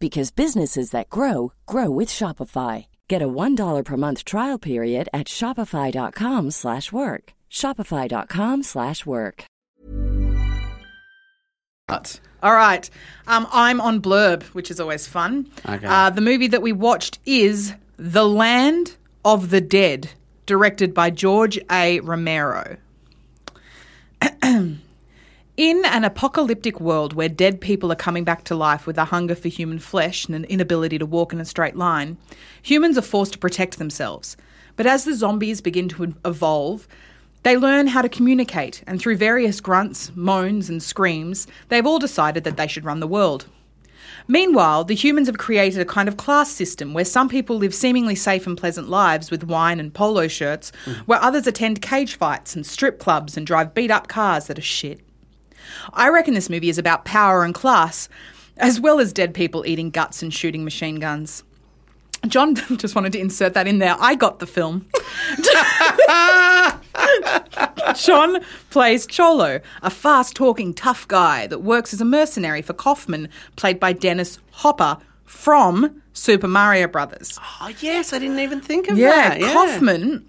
Speaker 6: because businesses that grow grow with Shopify. Get a $1 per month trial period at shopify.com/work. slash work. shopify.com/work. slash work.
Speaker 5: All right. Um, I'm on Blurb, which is always fun.
Speaker 2: Okay.
Speaker 5: Uh, the movie that we watched is The Land of the Dead, directed by George A. Romero. In an apocalyptic world where dead people are coming back to life with a hunger for human flesh and an inability to walk in a straight line, humans are forced to protect themselves. But as the zombies begin to evolve, they learn how to communicate, and through various grunts, moans, and screams, they've all decided that they should run the world. Meanwhile, the humans have created a kind of class system where some people live seemingly safe and pleasant lives with wine and polo shirts, where others attend cage fights and strip clubs and drive beat up cars that are shit. I reckon this movie is about power and class, as well as dead people eating guts and shooting machine guns. John just wanted to insert that in there. I got the film. John plays Cholo, a fast talking tough guy that works as a mercenary for Kaufman, played by Dennis Hopper from Super Mario Brothers.
Speaker 2: Oh, yes, I didn't even think of
Speaker 5: Yeah,
Speaker 2: that.
Speaker 5: Kaufman,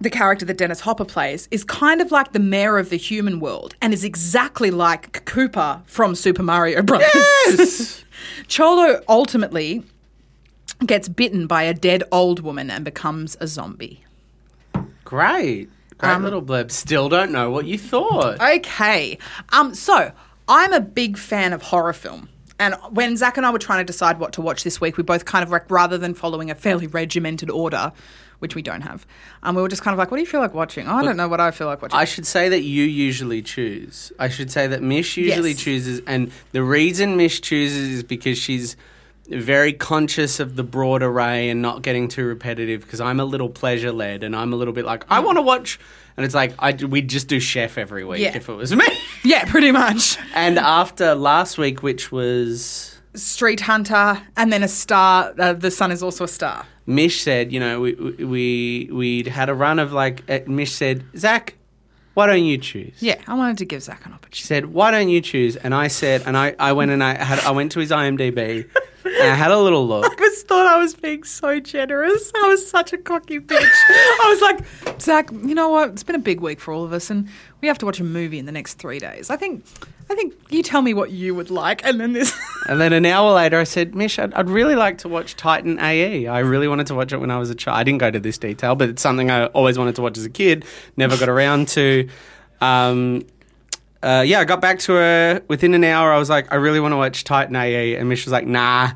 Speaker 5: the character that Dennis Hopper plays, is kind of like the mayor of the human world and is exactly like Cooper from Super Mario Brothers.
Speaker 2: Yes.
Speaker 5: Cholo ultimately gets bitten by a dead old woman and becomes a zombie.
Speaker 2: Great. Great
Speaker 5: Um,
Speaker 2: little blurb. Still don't know what you thought.
Speaker 5: Okay. Um, so I'm a big fan of horror film. And when Zach and I were trying to decide what to watch this week, we both kind of like, rather than following a fairly regimented order, which we don't have, um, we were just kind of like, what do you feel like watching? Oh, I don't know what I feel like watching.
Speaker 2: I should say that you usually choose. I should say that Mish usually
Speaker 5: Yes.
Speaker 2: chooses, and the reason Mish chooses is because she's very conscious of the broad array and not getting too repetitive. Because I'm a little pleasure led, and I'm a little bit like I
Speaker 5: Mm.
Speaker 2: want to watch, and it's like I we'd just do Chef every week
Speaker 5: Yeah.
Speaker 2: if it was me.
Speaker 5: yeah, pretty much.
Speaker 2: and after last week, which was
Speaker 5: Street Hunter and then a star. Uh, the Sun is also a star.
Speaker 2: Mish said, you know, we we we'd had a run of like. uh, Mish said, Zach, why don't you choose?
Speaker 5: Yeah, I wanted to give Zach an
Speaker 2: She
Speaker 5: opportunity.
Speaker 2: said, "Why don't you choose?" And I said, and I, I went and I had I went to his IMDb and I had a little look.
Speaker 5: I just thought I was being so generous. I was such a cocky bitch. I was like, Zach, you know what? It's been a big week for all of us, and we have to watch a movie in the next three days. I think, I think you tell me what you would like, and then this.
Speaker 2: And then an hour later, I said, "Mish, I'd, I'd really like to watch Titan AE. I really wanted to watch it when I was a child. I didn't go to this detail, but it's something I always wanted to watch as a kid. Never got around to." Um, uh, yeah, I got back to her within an hour. I was like, "I really want to watch Titan AE," and Mish was like, "Nah."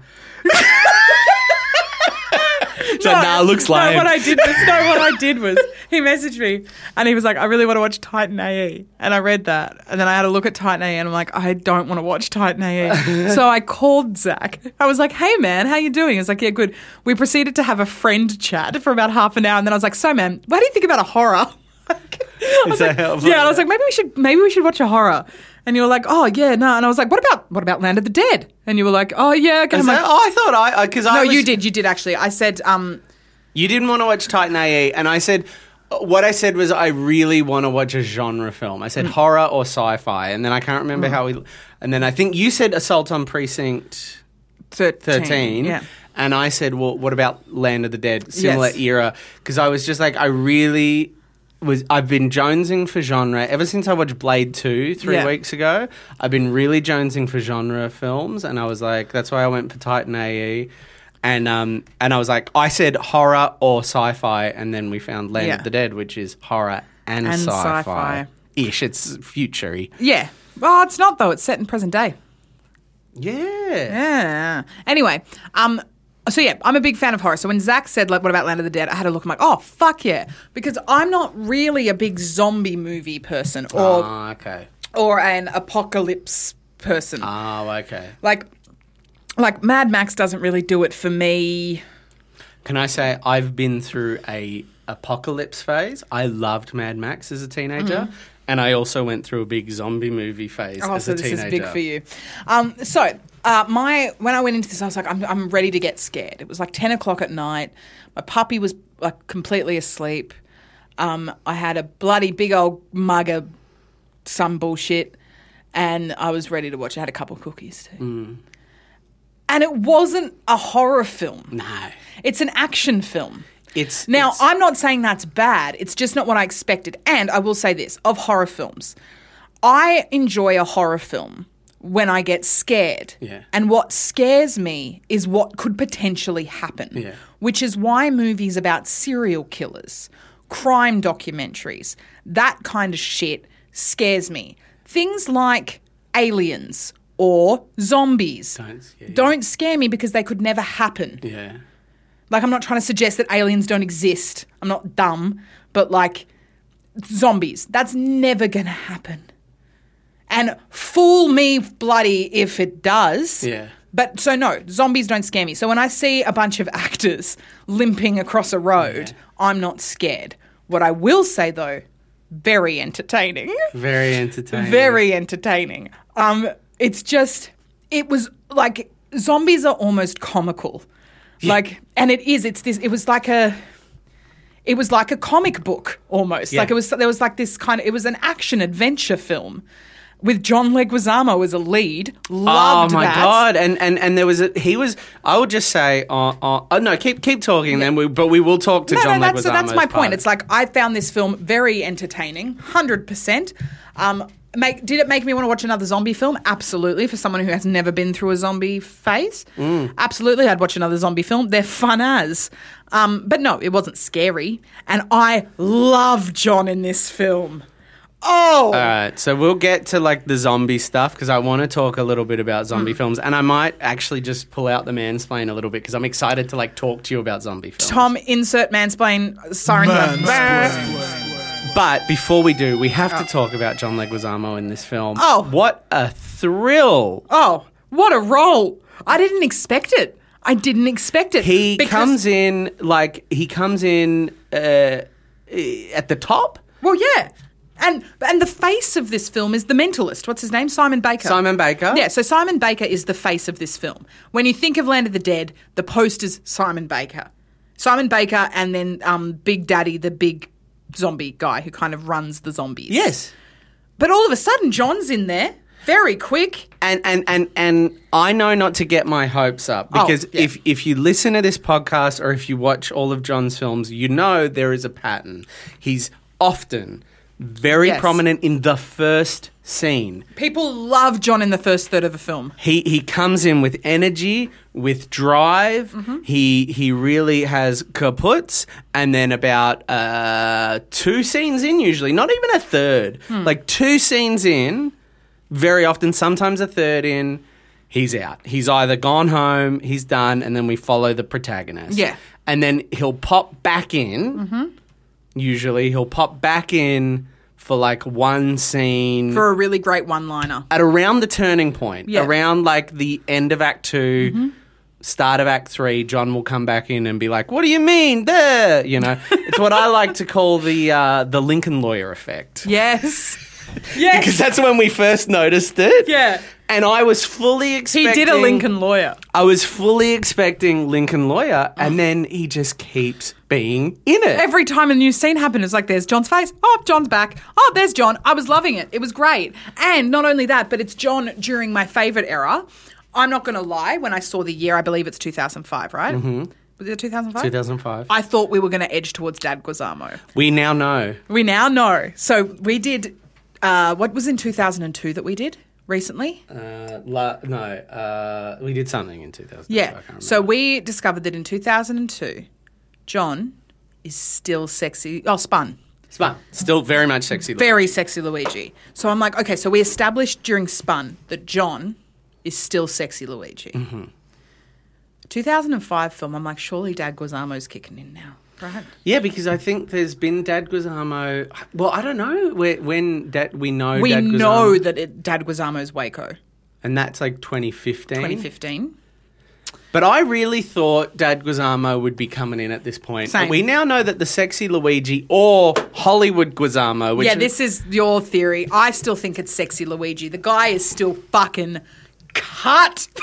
Speaker 2: She's like, "Nah, looks
Speaker 5: No,
Speaker 2: like."
Speaker 5: what I did was no. What I did was he messaged me and he was like, "I really want to watch Titan AE," and I read that, and then I had a look at Titan AE, and I'm like, "I don't want to watch Titan AE." so I called Zach. I was like, "Hey man, how you doing?" He's like, "Yeah, good." We proceeded to have a friend chat for about half an hour, and then I was like, "So man, what do you think about a horror?" Like, I was
Speaker 2: that
Speaker 5: like,
Speaker 2: helpful?
Speaker 5: yeah, and I was like, maybe we should maybe we should watch a horror. And you were like, oh yeah, no. And I was like, what about what about Land of the Dead? And you were like, oh yeah. okay."
Speaker 2: Is
Speaker 5: I'm
Speaker 2: that-
Speaker 5: like,
Speaker 2: oh, I thought I because I
Speaker 5: no,
Speaker 2: was-
Speaker 5: you did, you did actually. I said, um,
Speaker 2: You didn't want to watch Titan AE, and I said, uh, what I said was, I really want to watch a genre film. I said horror or sci-fi, and then I can't remember how we. And then I think you said Assault on Precinct
Speaker 5: 13.
Speaker 2: Thirteen,
Speaker 5: Yeah.
Speaker 2: and I said, well, what about Land of the Dead, similar
Speaker 5: Yes.
Speaker 2: era? Because I was just like, I really. Was I've been jonesing for genre ever since I watched Blade Two three
Speaker 5: Yeah.
Speaker 2: weeks ago. I've been really jonesing for genre films, and I was like, that's why I went for Titan AE, and um, and I was like, I said horror or sci-fi, and then we found Land
Speaker 5: Yeah.
Speaker 2: of the Dead, which is horror and,
Speaker 5: And
Speaker 2: sci-fi.
Speaker 5: sci-fi.
Speaker 2: Ish, it's future-y.
Speaker 5: Yeah. Well, it's not though. It's set in present day.
Speaker 2: Yeah.
Speaker 5: Yeah. Anyway, um, so yeah, I'm a big fan of horror. So when Zach said like, "What about Land of the Dead?" I had a look. I'm like, "Oh fuck yeah," because I'm not really a big zombie movie person or
Speaker 2: Oh, okay.
Speaker 5: or an apocalypse person.
Speaker 2: Oh, okay.
Speaker 5: Like, like Mad Max doesn't really do it for me.
Speaker 2: Can I say I've been through a apocalypse phase? I loved Mad Max as a teenager, and I also went through a big zombie movie phase
Speaker 5: Mm-hmm. Oh,
Speaker 2: as
Speaker 5: so
Speaker 2: a
Speaker 5: this
Speaker 2: teenager.
Speaker 5: is big for you. Um, so uh, my when I went into this, I was like, I'm, I'm ready to get scared. It was like ten o'clock at night. My puppy was like completely asleep. Um, I had a bloody big old mug of some bullshit, and I was ready to watch. I had a couple of cookies too.
Speaker 2: Hmm.
Speaker 5: And it wasn't a horror film.
Speaker 2: No,
Speaker 5: It's an action film.
Speaker 2: it's
Speaker 5: Now,
Speaker 2: it's-
Speaker 5: I'm not saying that's bad. It's just not what I expected. And I will say this of horror films, I enjoy a horror film when I get scared.
Speaker 2: Yeah.
Speaker 5: And what scares me is what could potentially happen,
Speaker 2: Yeah.
Speaker 5: which is why movies about serial killers, crime documentaries, that kind of shit scares me. Things like aliens or zombies
Speaker 2: Don't scare you.
Speaker 5: don't scare me because they could never happen.
Speaker 2: yeah.
Speaker 5: Like, I'm not trying to suggest that aliens don't exist. I'm not dumb, but like, zombies, that's never going to happen. And fool me bloody if it does.
Speaker 2: Yeah.
Speaker 5: But so, no, zombies don't scare me. So, when I see a bunch of actors limping across a road, I'm not scared. What I will say, though, very entertaining.
Speaker 2: Very entertaining.
Speaker 5: Very entertaining. Um, it's just, it was like zombies are almost comical, like, and it is. It's this. It was like a, it was like a comic book almost.
Speaker 2: Yeah.
Speaker 5: Like it was. There was like this kind of. It was an action adventure film, with John Leguizamo as a lead. Loved
Speaker 2: oh my
Speaker 5: that.
Speaker 2: god! And, and and there was a he was. I would just say, uh, uh, oh no, keep keep talking. Then we but we will talk to
Speaker 5: No,
Speaker 2: John
Speaker 5: no, that's,
Speaker 2: Leguizamo's
Speaker 5: that's my
Speaker 2: part.
Speaker 5: point. It's like I found this film very entertaining, hundred percent. Um, make did it make me want to watch another zombie film? Absolutely. For someone who has never been through a zombie phase,
Speaker 2: Mm.
Speaker 5: absolutely, I'd watch another zombie film. They're fun as, um, but no, it wasn't scary. And I love John in this film. Oh,
Speaker 2: All right, so we'll get to like the zombie stuff because I want to talk a little bit about zombie
Speaker 5: Hmm.
Speaker 2: films, and I might actually just pull out the mansplain a little bit because I'm excited to like talk to you about zombie films.
Speaker 5: Tom, insert mansplain siren.
Speaker 2: But before we do, we have to talk about John Leguizamo in this film.
Speaker 5: Oh.
Speaker 2: what a thrill!
Speaker 5: Oh, what a role! I didn't expect it. I didn't expect it.
Speaker 2: He
Speaker 5: Because-
Speaker 2: comes in like he comes in uh, eh, at the top.
Speaker 5: Well, yeah. And and the face of this film is the mentalist. What's his name? Simon Baker.
Speaker 2: Simon Baker.
Speaker 5: Yeah, so Simon Baker is the face of this film. When you think of Land of the Dead, the poster's Simon Baker. Simon Baker and then um, Big Daddy, the big zombie guy who kind of runs the zombies.
Speaker 2: Yes.
Speaker 5: But all of a sudden, John's in there very quick.
Speaker 2: and and and and I know not to get my hopes up
Speaker 5: Oh,
Speaker 2: because
Speaker 5: yeah.
Speaker 2: if if you listen to this podcast or if you watch all of John's films, you know there is a pattern. He's often very
Speaker 5: Yes.
Speaker 2: prominent in the first scene.
Speaker 5: People love John in the first third of a film.
Speaker 2: He he comes in with energy, with drive.
Speaker 5: Mm-hmm.
Speaker 2: He he really has kaputs, and then about uh, two scenes in, usually not even a third,
Speaker 5: Hmm.
Speaker 2: like two scenes in, very often, sometimes a third in, he's out. He's either gone home, he's done, and then we follow the protagonist.
Speaker 5: Yeah. Mm-hmm.
Speaker 2: and then he'll pop back in. Usually, he'll pop back in for like one scene
Speaker 5: For a really great one liner.
Speaker 2: at around the turning point,
Speaker 5: Yeah. Mm-hmm.
Speaker 2: around like the end of Act 2 start of Act Three, John will come back in and be like, "What do you mean there?" You know, it's what I like to call the uh, the Lincoln lawyer effect
Speaker 5: Yes. yes.
Speaker 2: because that's when we first noticed it.
Speaker 5: Yeah.
Speaker 2: and I was fully
Speaker 5: he
Speaker 2: expecting
Speaker 5: did a Lincoln lawyer.
Speaker 2: I was fully expecting Lincoln lawyer, and then he just keeps being in it.
Speaker 5: Uh-huh. Every time a new scene happened, it was like, there's John's face. Oh, John's back. Oh, there's John. I was loving it. It was great. And not only that, but it's John during my favorite era. I'm not going to lie. When I saw the year, I believe it's 2005, right? Mm-hmm. Was it 2005?
Speaker 2: 2005.
Speaker 5: I thought we were going to edge towards Dad Guizamo.
Speaker 2: we now know.
Speaker 5: We now know. So we did, uh, what was in 2002 that we did recently?
Speaker 2: Uh, la- no, uh, we did something in 2000.
Speaker 5: Yeah. So we discovered that in 2002, John is still sexy. Oh, spun.
Speaker 2: Spun. Still very much sexy. looking.
Speaker 5: Very sexy Luigi. So I'm like, okay, so we established during spun that John is still sexy Luigi. 2005 film, I'm like, surely Dad Guizamo's kicking in now, right?
Speaker 2: Yeah, because I think there's been Dad Guizamo. Well, I don't know where, when Dad we know
Speaker 5: we
Speaker 2: Dad Guizamo,
Speaker 5: know that it, Dad Guizamo's Waco,
Speaker 2: and that's like 2015.
Speaker 5: 2015.
Speaker 2: But I really thought Dad Guizamo would be coming in at this point.
Speaker 5: Same.
Speaker 2: We now know that the sexy Luigi or Hollywood Guizamo, which
Speaker 5: yeah, this is your theory. I still think it's sexy Luigi. The guy is still fucking cut.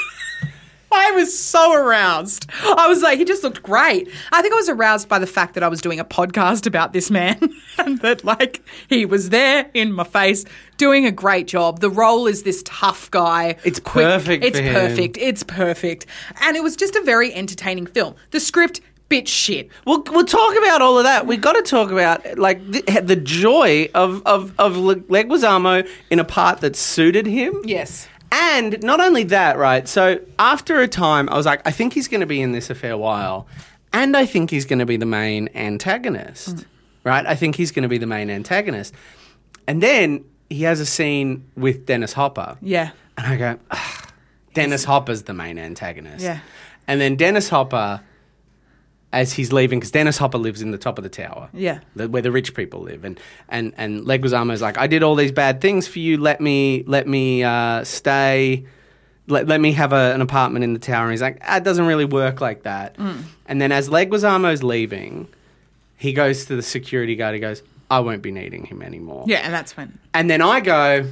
Speaker 5: I was so aroused. I was like, he just looked great. I think I was aroused by the fact that I was doing a podcast about this man and that, like, he was there in my face doing a great job. The role is this tough guy.
Speaker 2: It's perfect
Speaker 5: It's
Speaker 2: for him.
Speaker 5: perfect. It's perfect. And it was just a very entertaining film. The script, bit shit.
Speaker 2: We'll, we'll talk about all of that. We've got to talk about like the, the joy of of of Le- Leguizamo in a part that suited him.
Speaker 5: Yes.
Speaker 2: And not only that, right? So after a time, I was like, I think he's going to be in this a fair while, and I think he's going to be the main antagonist, right? I think he's going to be the main antagonist, and then he has a scene with Dennis Hopper.
Speaker 5: Yeah.
Speaker 2: And I go, "Ugh, Dennis Hopper's the main antagonist.
Speaker 5: Yeah.
Speaker 2: And then Dennis Hopper, as he's leaving, because Dennis Hopper lives in the top of the tower.
Speaker 5: Yeah.
Speaker 2: the- where the rich people live. And and and Leguizamo's like, I did all these bad things for you. Let me let me uh, stay. Let, let me have a, an apartment in the tower. And he's like, ah, it doesn't really work like that.
Speaker 5: Mm.
Speaker 2: And then as Leguizamo's leaving, he goes to the security guard. He goes, I won't be needing him anymore.
Speaker 5: Yeah, and that's when
Speaker 2: And then I go,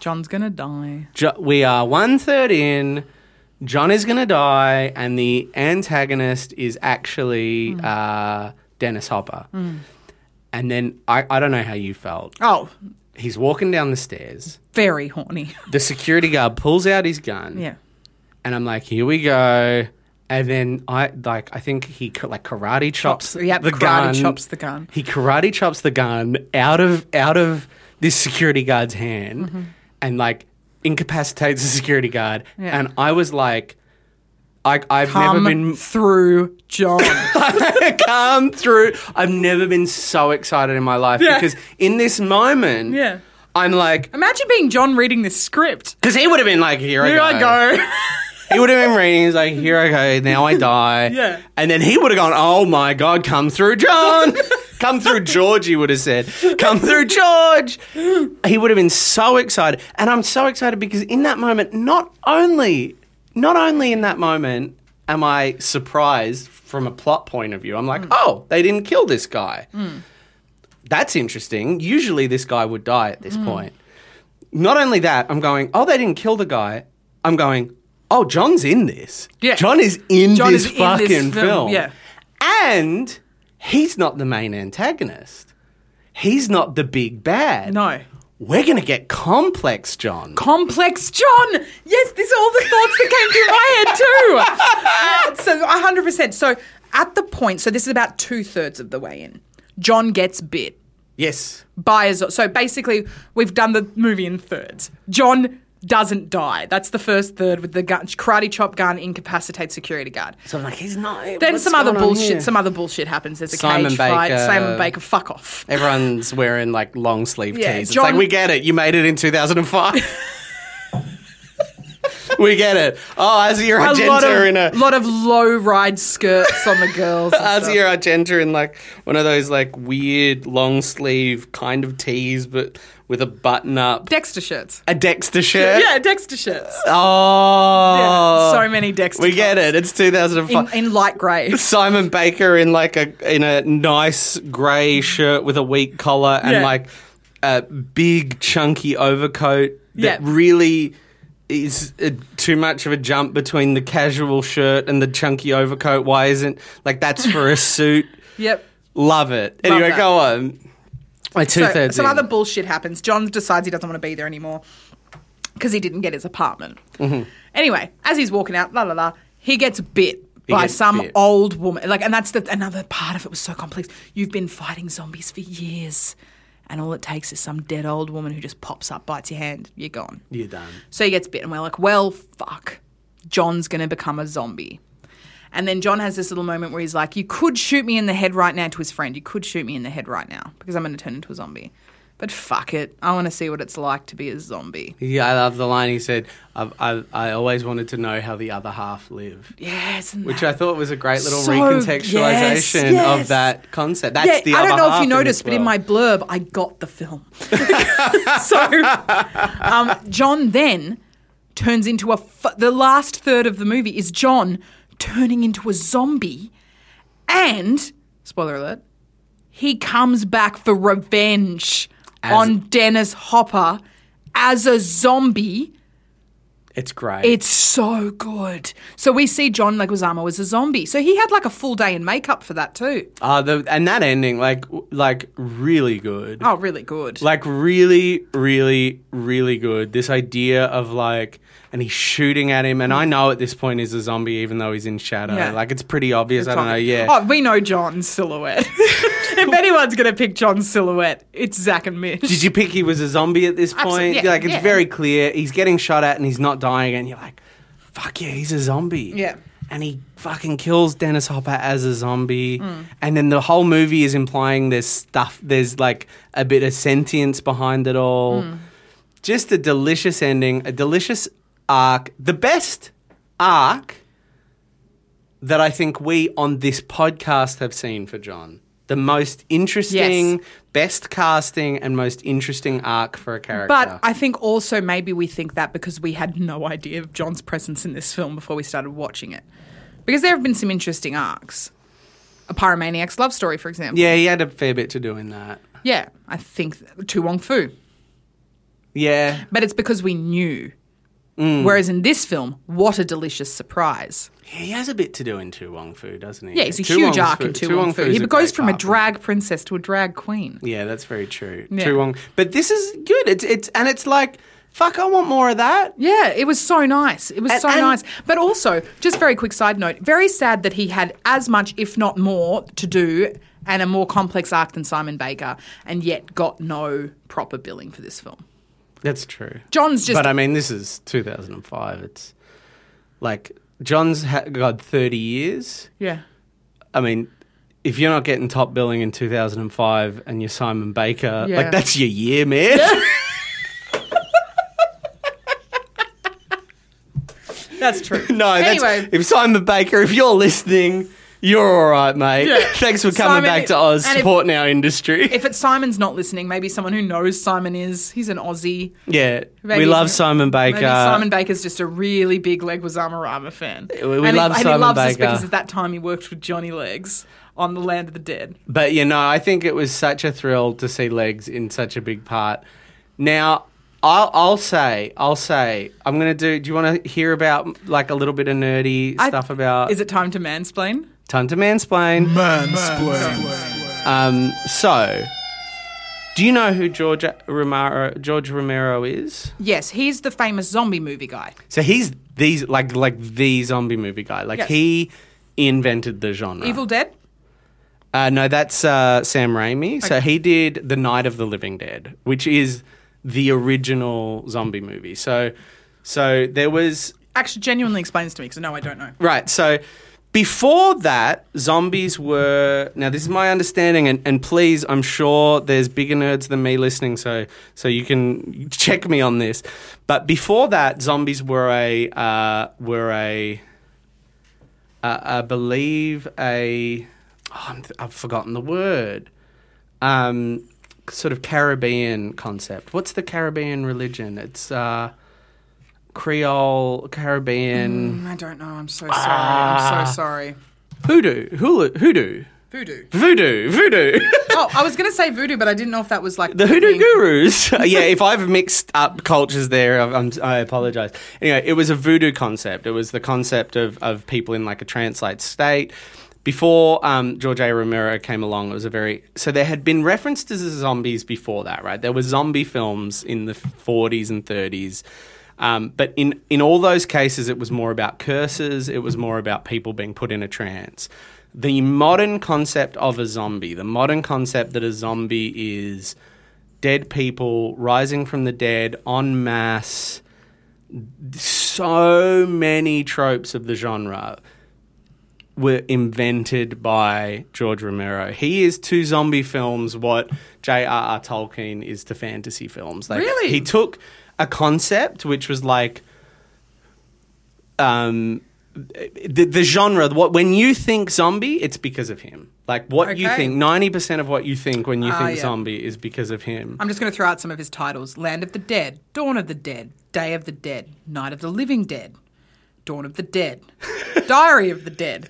Speaker 5: John's gonna die.
Speaker 2: Jo- we are one third in. John is going to die, and the antagonist is actually uh, Dennis Hopper. And then I, I don't know how you felt.
Speaker 5: Oh,
Speaker 2: He's walking down the stairs.
Speaker 5: very horny.
Speaker 2: The security guard pulls out his gun,
Speaker 5: Yeah.
Speaker 2: and I'm like, "Here we go." And then I like I think he ca- like karate chops,
Speaker 5: Chops- yep,
Speaker 2: the
Speaker 5: karate
Speaker 2: gun.
Speaker 5: chops the gun.
Speaker 2: He karate chops the gun out of out of this security guard's hand,
Speaker 5: Mm-hmm.
Speaker 2: and like incapacitates the security guard.
Speaker 5: Yeah.
Speaker 2: And I was like, I, I've
Speaker 5: Come
Speaker 2: never been
Speaker 5: Um, through John.
Speaker 2: come through. I've never been so excited in my life
Speaker 5: Yeah.
Speaker 2: because in this moment,
Speaker 5: Yeah.
Speaker 2: I'm like,
Speaker 5: Imagine being John reading this script.
Speaker 2: because he would have been like, here,
Speaker 5: Here
Speaker 2: I
Speaker 5: I go.
Speaker 2: he would have been reading. He's like, "Here I go. Now I die."
Speaker 5: Yeah.
Speaker 2: And then he would have gone, "Oh my god, come through, John." Come through, George, he would have said. Come through, George. He would have been so excited. And I'm so excited because in that moment, not only, not only in that moment am I surprised from a plot point of view, I'm like, oh, they didn't kill this guy. That's interesting. Usually this guy would die at this
Speaker 5: Hmm.
Speaker 2: point not only that, I'm going, oh, they didn't kill the guy. I'm going, oh, John's in this.
Speaker 5: Yeah.
Speaker 2: John is in
Speaker 5: John
Speaker 2: this
Speaker 5: is in
Speaker 2: fucking
Speaker 5: this
Speaker 2: film.
Speaker 5: film, yeah.
Speaker 2: And he's not the main antagonist. He's not the big bad.
Speaker 5: No.
Speaker 2: We're going to get complex, John.
Speaker 5: Complex John. Yes, these are all the thoughts that came through my head too. Uh, so 100%. So at the point, so this is about two thirds of the way in. John gets bit
Speaker 2: yes.
Speaker 5: by Azor. So basically, we've done the movie in thirds. John doesn't die. That's the first third with the gun, karate chop gun incapacitates security guard.
Speaker 2: So I'm like, he's not.
Speaker 5: Then
Speaker 2: what's
Speaker 5: some other
Speaker 2: going on
Speaker 5: bullshit.
Speaker 2: here?
Speaker 5: Some other bullshit happens. There's a
Speaker 2: Simon
Speaker 5: cage fight.
Speaker 2: Baker.
Speaker 5: Simon Baker, fuck off.
Speaker 2: Everyone's wearing like long sleeve
Speaker 5: Yeah,
Speaker 2: tees. it's
Speaker 5: John-
Speaker 2: like, we get it. You made it in 2005. we get it. Oh, Azir
Speaker 5: A lot
Speaker 2: Argenta in a.
Speaker 5: of, lot of low ride skirts on the girls. and stuff.
Speaker 2: Azir Argenta in like one of those like weird long sleeve kind of tees, but with a button up.
Speaker 5: Dexter shirts.
Speaker 2: A Dexter shirt.
Speaker 5: Yeah, Dexter shirts.
Speaker 2: Oh.
Speaker 5: Yeah, so many Dexter
Speaker 2: We get it. It's 2005.
Speaker 5: In, in light grey.
Speaker 2: Simon Baker in like a in a nice grey shirt with a weak collar and
Speaker 5: Yeah.
Speaker 2: like a big chunky overcoat that
Speaker 5: Yeah.
Speaker 2: really is uh too much of a jump between the casual shirt and the chunky overcoat. Why isn't like that's for a suit?
Speaker 5: Yep.
Speaker 2: Love it. Anyway,
Speaker 5: that.
Speaker 2: go on. Like two
Speaker 5: So,
Speaker 2: thirds.
Speaker 5: some other bullshit happens. John decides he doesn't want to be there anymore because he didn't get his apartment.
Speaker 2: Mm-hmm.
Speaker 5: Anyway, as he's walking out, la la la, he gets bit. by
Speaker 2: gets
Speaker 5: some
Speaker 2: bit.
Speaker 5: old woman, like, and that's the, another part of it was so complex. You've been fighting zombies for years, and all it takes is some dead old woman who just pops up, bites your hand, you're gone.
Speaker 2: You're done.
Speaker 5: So he gets bit, and we're like, well, fuck. John's going to become a zombie. And then John has this little moment where he's like, you could shoot me in the head right now to his friend. You could shoot me in the head right now because I'm going to turn into a zombie. But fuck it. I want to see what it's like to be a zombie.
Speaker 2: Yeah, I love the line he said. I've, i I always wanted to know how the other half live.
Speaker 5: Yes. and
Speaker 2: Which I thought was a great little
Speaker 5: So-
Speaker 2: recontextualization
Speaker 5: yes,
Speaker 2: of
Speaker 5: yes.
Speaker 2: that concept. That's
Speaker 5: Yeah,
Speaker 2: the
Speaker 5: I don't
Speaker 2: other
Speaker 5: know if
Speaker 2: half
Speaker 5: you
Speaker 2: it
Speaker 5: noticed,
Speaker 2: as
Speaker 5: but in
Speaker 2: well.
Speaker 5: my blurb, I got the film. so um, John then turns into a. F- the last third of the movie is John turning into a zombie, and spoiler alert, he comes back for revenge on Dennis Hopper as a zombie.
Speaker 2: it's great.
Speaker 5: It's so good. So we see John Leguizamo as a zombie. So he had like a full day in makeup for that too.
Speaker 2: uh, the, and that ending, like, w- like really good.
Speaker 5: Oh, really good.
Speaker 2: Like really, really, really good. This idea of like, and he's shooting at him, and I know at this point he's a zombie, even though he's in shadow.
Speaker 5: Yeah.
Speaker 2: Like it's pretty obvious. I don't know. Yeah.
Speaker 5: Oh, we know John's silhouette. if anyone's going to pick John's silhouette, it's Zach and Mitch.
Speaker 2: Did you pick he was a zombie at this point?
Speaker 5: Absolute- yeah,
Speaker 2: like it's
Speaker 5: yeah.
Speaker 2: very clear. He's getting shot at and he's not dying, and you're like, fuck yeah, he's a zombie.
Speaker 5: Yeah.
Speaker 2: And he fucking kills Dennis Hopper as a zombie.
Speaker 5: Mm.
Speaker 2: And then the whole movie is implying there's stuff, there's like a bit of sentience behind it all.
Speaker 5: Mm.
Speaker 2: Just a delicious ending, a delicious arc. The best arc that I think we on this podcast have seen for John. The most interesting, best casting, and most interesting arc for a character.
Speaker 5: but I think also maybe we think that because we had no idea of John's presence in this film before we started watching it. Because there have been some interesting arcs. A Pyromaniac's Love Story, for example.
Speaker 2: yeah, he had a fair bit to do in that.
Speaker 5: Yeah, I think Tu Wong Fu.
Speaker 2: Yeah,
Speaker 5: But it's because we knew.
Speaker 2: Mm.
Speaker 5: Whereas in this film, what a delicious surprise.
Speaker 2: he has a bit to do in Tu Wong Fu, doesn't he?
Speaker 5: Yeah, it's a
Speaker 2: Tu
Speaker 5: huge
Speaker 2: Wong's
Speaker 5: arc
Speaker 2: fu-
Speaker 5: in Tu Wong Fu.
Speaker 2: is
Speaker 5: He
Speaker 2: a
Speaker 5: goes
Speaker 2: great
Speaker 5: from a
Speaker 2: arc.
Speaker 5: drag princess to a drag queen.
Speaker 2: Yeah, that's very true.
Speaker 5: Yeah.
Speaker 2: Tu Wong, but this is good. It's it's and it's like fuck. I want more of that.
Speaker 5: Yeah, it was so nice. It was
Speaker 2: And-
Speaker 5: so
Speaker 2: and-
Speaker 5: nice. But also, just very quick side note, very sad that he had as much, if not more, to do and a more complex arc than Simon Baker and yet got no proper billing for this film.
Speaker 2: That's true.
Speaker 5: John's just
Speaker 2: But I mean, this is 2005. It's like John's ha- got 30 years.
Speaker 5: Yeah.
Speaker 2: I mean, if you're not getting top billing in 2005 and you're Simon Baker,
Speaker 5: Yeah.
Speaker 2: like that's your year, man.
Speaker 5: That's true.
Speaker 2: no, that's,
Speaker 5: Anyway.
Speaker 2: if Simon Baker, if you're listening, you're all right, mate.
Speaker 5: Yeah.
Speaker 2: Thanks for coming
Speaker 5: Simon-
Speaker 2: back to Oz,
Speaker 5: and if-
Speaker 2: supporting our industry.
Speaker 5: If it's Simon's not listening, maybe someone who knows Simon is, he's an Aussie.
Speaker 2: yeah, we
Speaker 5: Maybe-
Speaker 2: love Simon Baker.
Speaker 5: Maybe Simon Baker's just a really big Leguizamo Rama fan.
Speaker 2: we
Speaker 5: and
Speaker 2: love
Speaker 5: he, and
Speaker 2: Simon
Speaker 5: he loves us
Speaker 2: Baker.
Speaker 5: because at that time he worked with Johnny Legs on The Land of the Dead.
Speaker 2: But you know, I think it was such a thrill to see legs in such a big part. Now, I'll, I'll say, I'll say, I'm gonna do. Do you want to hear about like a little bit of nerdy
Speaker 5: I-
Speaker 2: stuff about?
Speaker 5: Is it time to mansplain?
Speaker 2: Time to mansplain. Um, so, do you know who George Romero, George Romero is?
Speaker 5: Yes, he's the famous zombie movie guy.
Speaker 2: So he's these like like the zombie movie guy. Like
Speaker 5: Yes.
Speaker 2: he invented the genre.
Speaker 5: Evil Dead?
Speaker 2: Uh, no, that's uh, Sam Raimi. So he did The Night of the Living Dead, which is the original zombie movie. So, so there was
Speaker 5: Actually, genuinely explains to me because no, I don't know.
Speaker 2: Right. So before that, zombies were. Now, this is my understanding, and, and please, I'm sure there's bigger nerds than me listening, so so you can check me on this. But before that, zombies were a uh, were a uh, I believe a oh, I'm, I've forgotten the word. Um, sort of Caribbean concept. What's the Caribbean religion? It's uh, Creole Caribbean.
Speaker 5: Mm, I don't know. I'm so sorry.
Speaker 2: Ah.
Speaker 5: I'm so sorry.
Speaker 2: Hoodoo, hula, hoodoo,
Speaker 5: Voodoo.
Speaker 2: voodoo, voodoo.
Speaker 5: oh, I was going to say voodoo, but I didn't know if that was like
Speaker 2: the hoodoo
Speaker 5: being-
Speaker 2: gurus. yeah, if I've mixed up cultures there, I, I'm, I apologize. Anyway, it was a voodoo concept. It was the concept of, of people in like a trance-like state. Before um, George A. Romero came along, it was a very so there had been reference to the zombies before that, right? There were zombie films in the 40s and 30s. Um, but in, in all those cases, it was more about curses, it was more about people being put in a trance. The modern concept of a zombie, the modern concept that a zombie is dead people rising from the dead en masse, so many tropes of the genre were invented by George Romero. He is to zombie films what J.R.R. Tolkien is to fantasy films. Like,
Speaker 5: Really?
Speaker 2: He took a concept which was like um the, the genre what when you think zombie it's because of him like what you
Speaker 5: Okay.
Speaker 2: think 90% of what you think when you
Speaker 5: Ah,
Speaker 2: think
Speaker 5: yeah.
Speaker 2: zombie is because of him
Speaker 5: I'm just going to throw out some of his titles Land of the Dead, Dawn of the Dead, Day of the Dead, Night of the Living Dead, Dawn of the Dead, Diary of the Dead,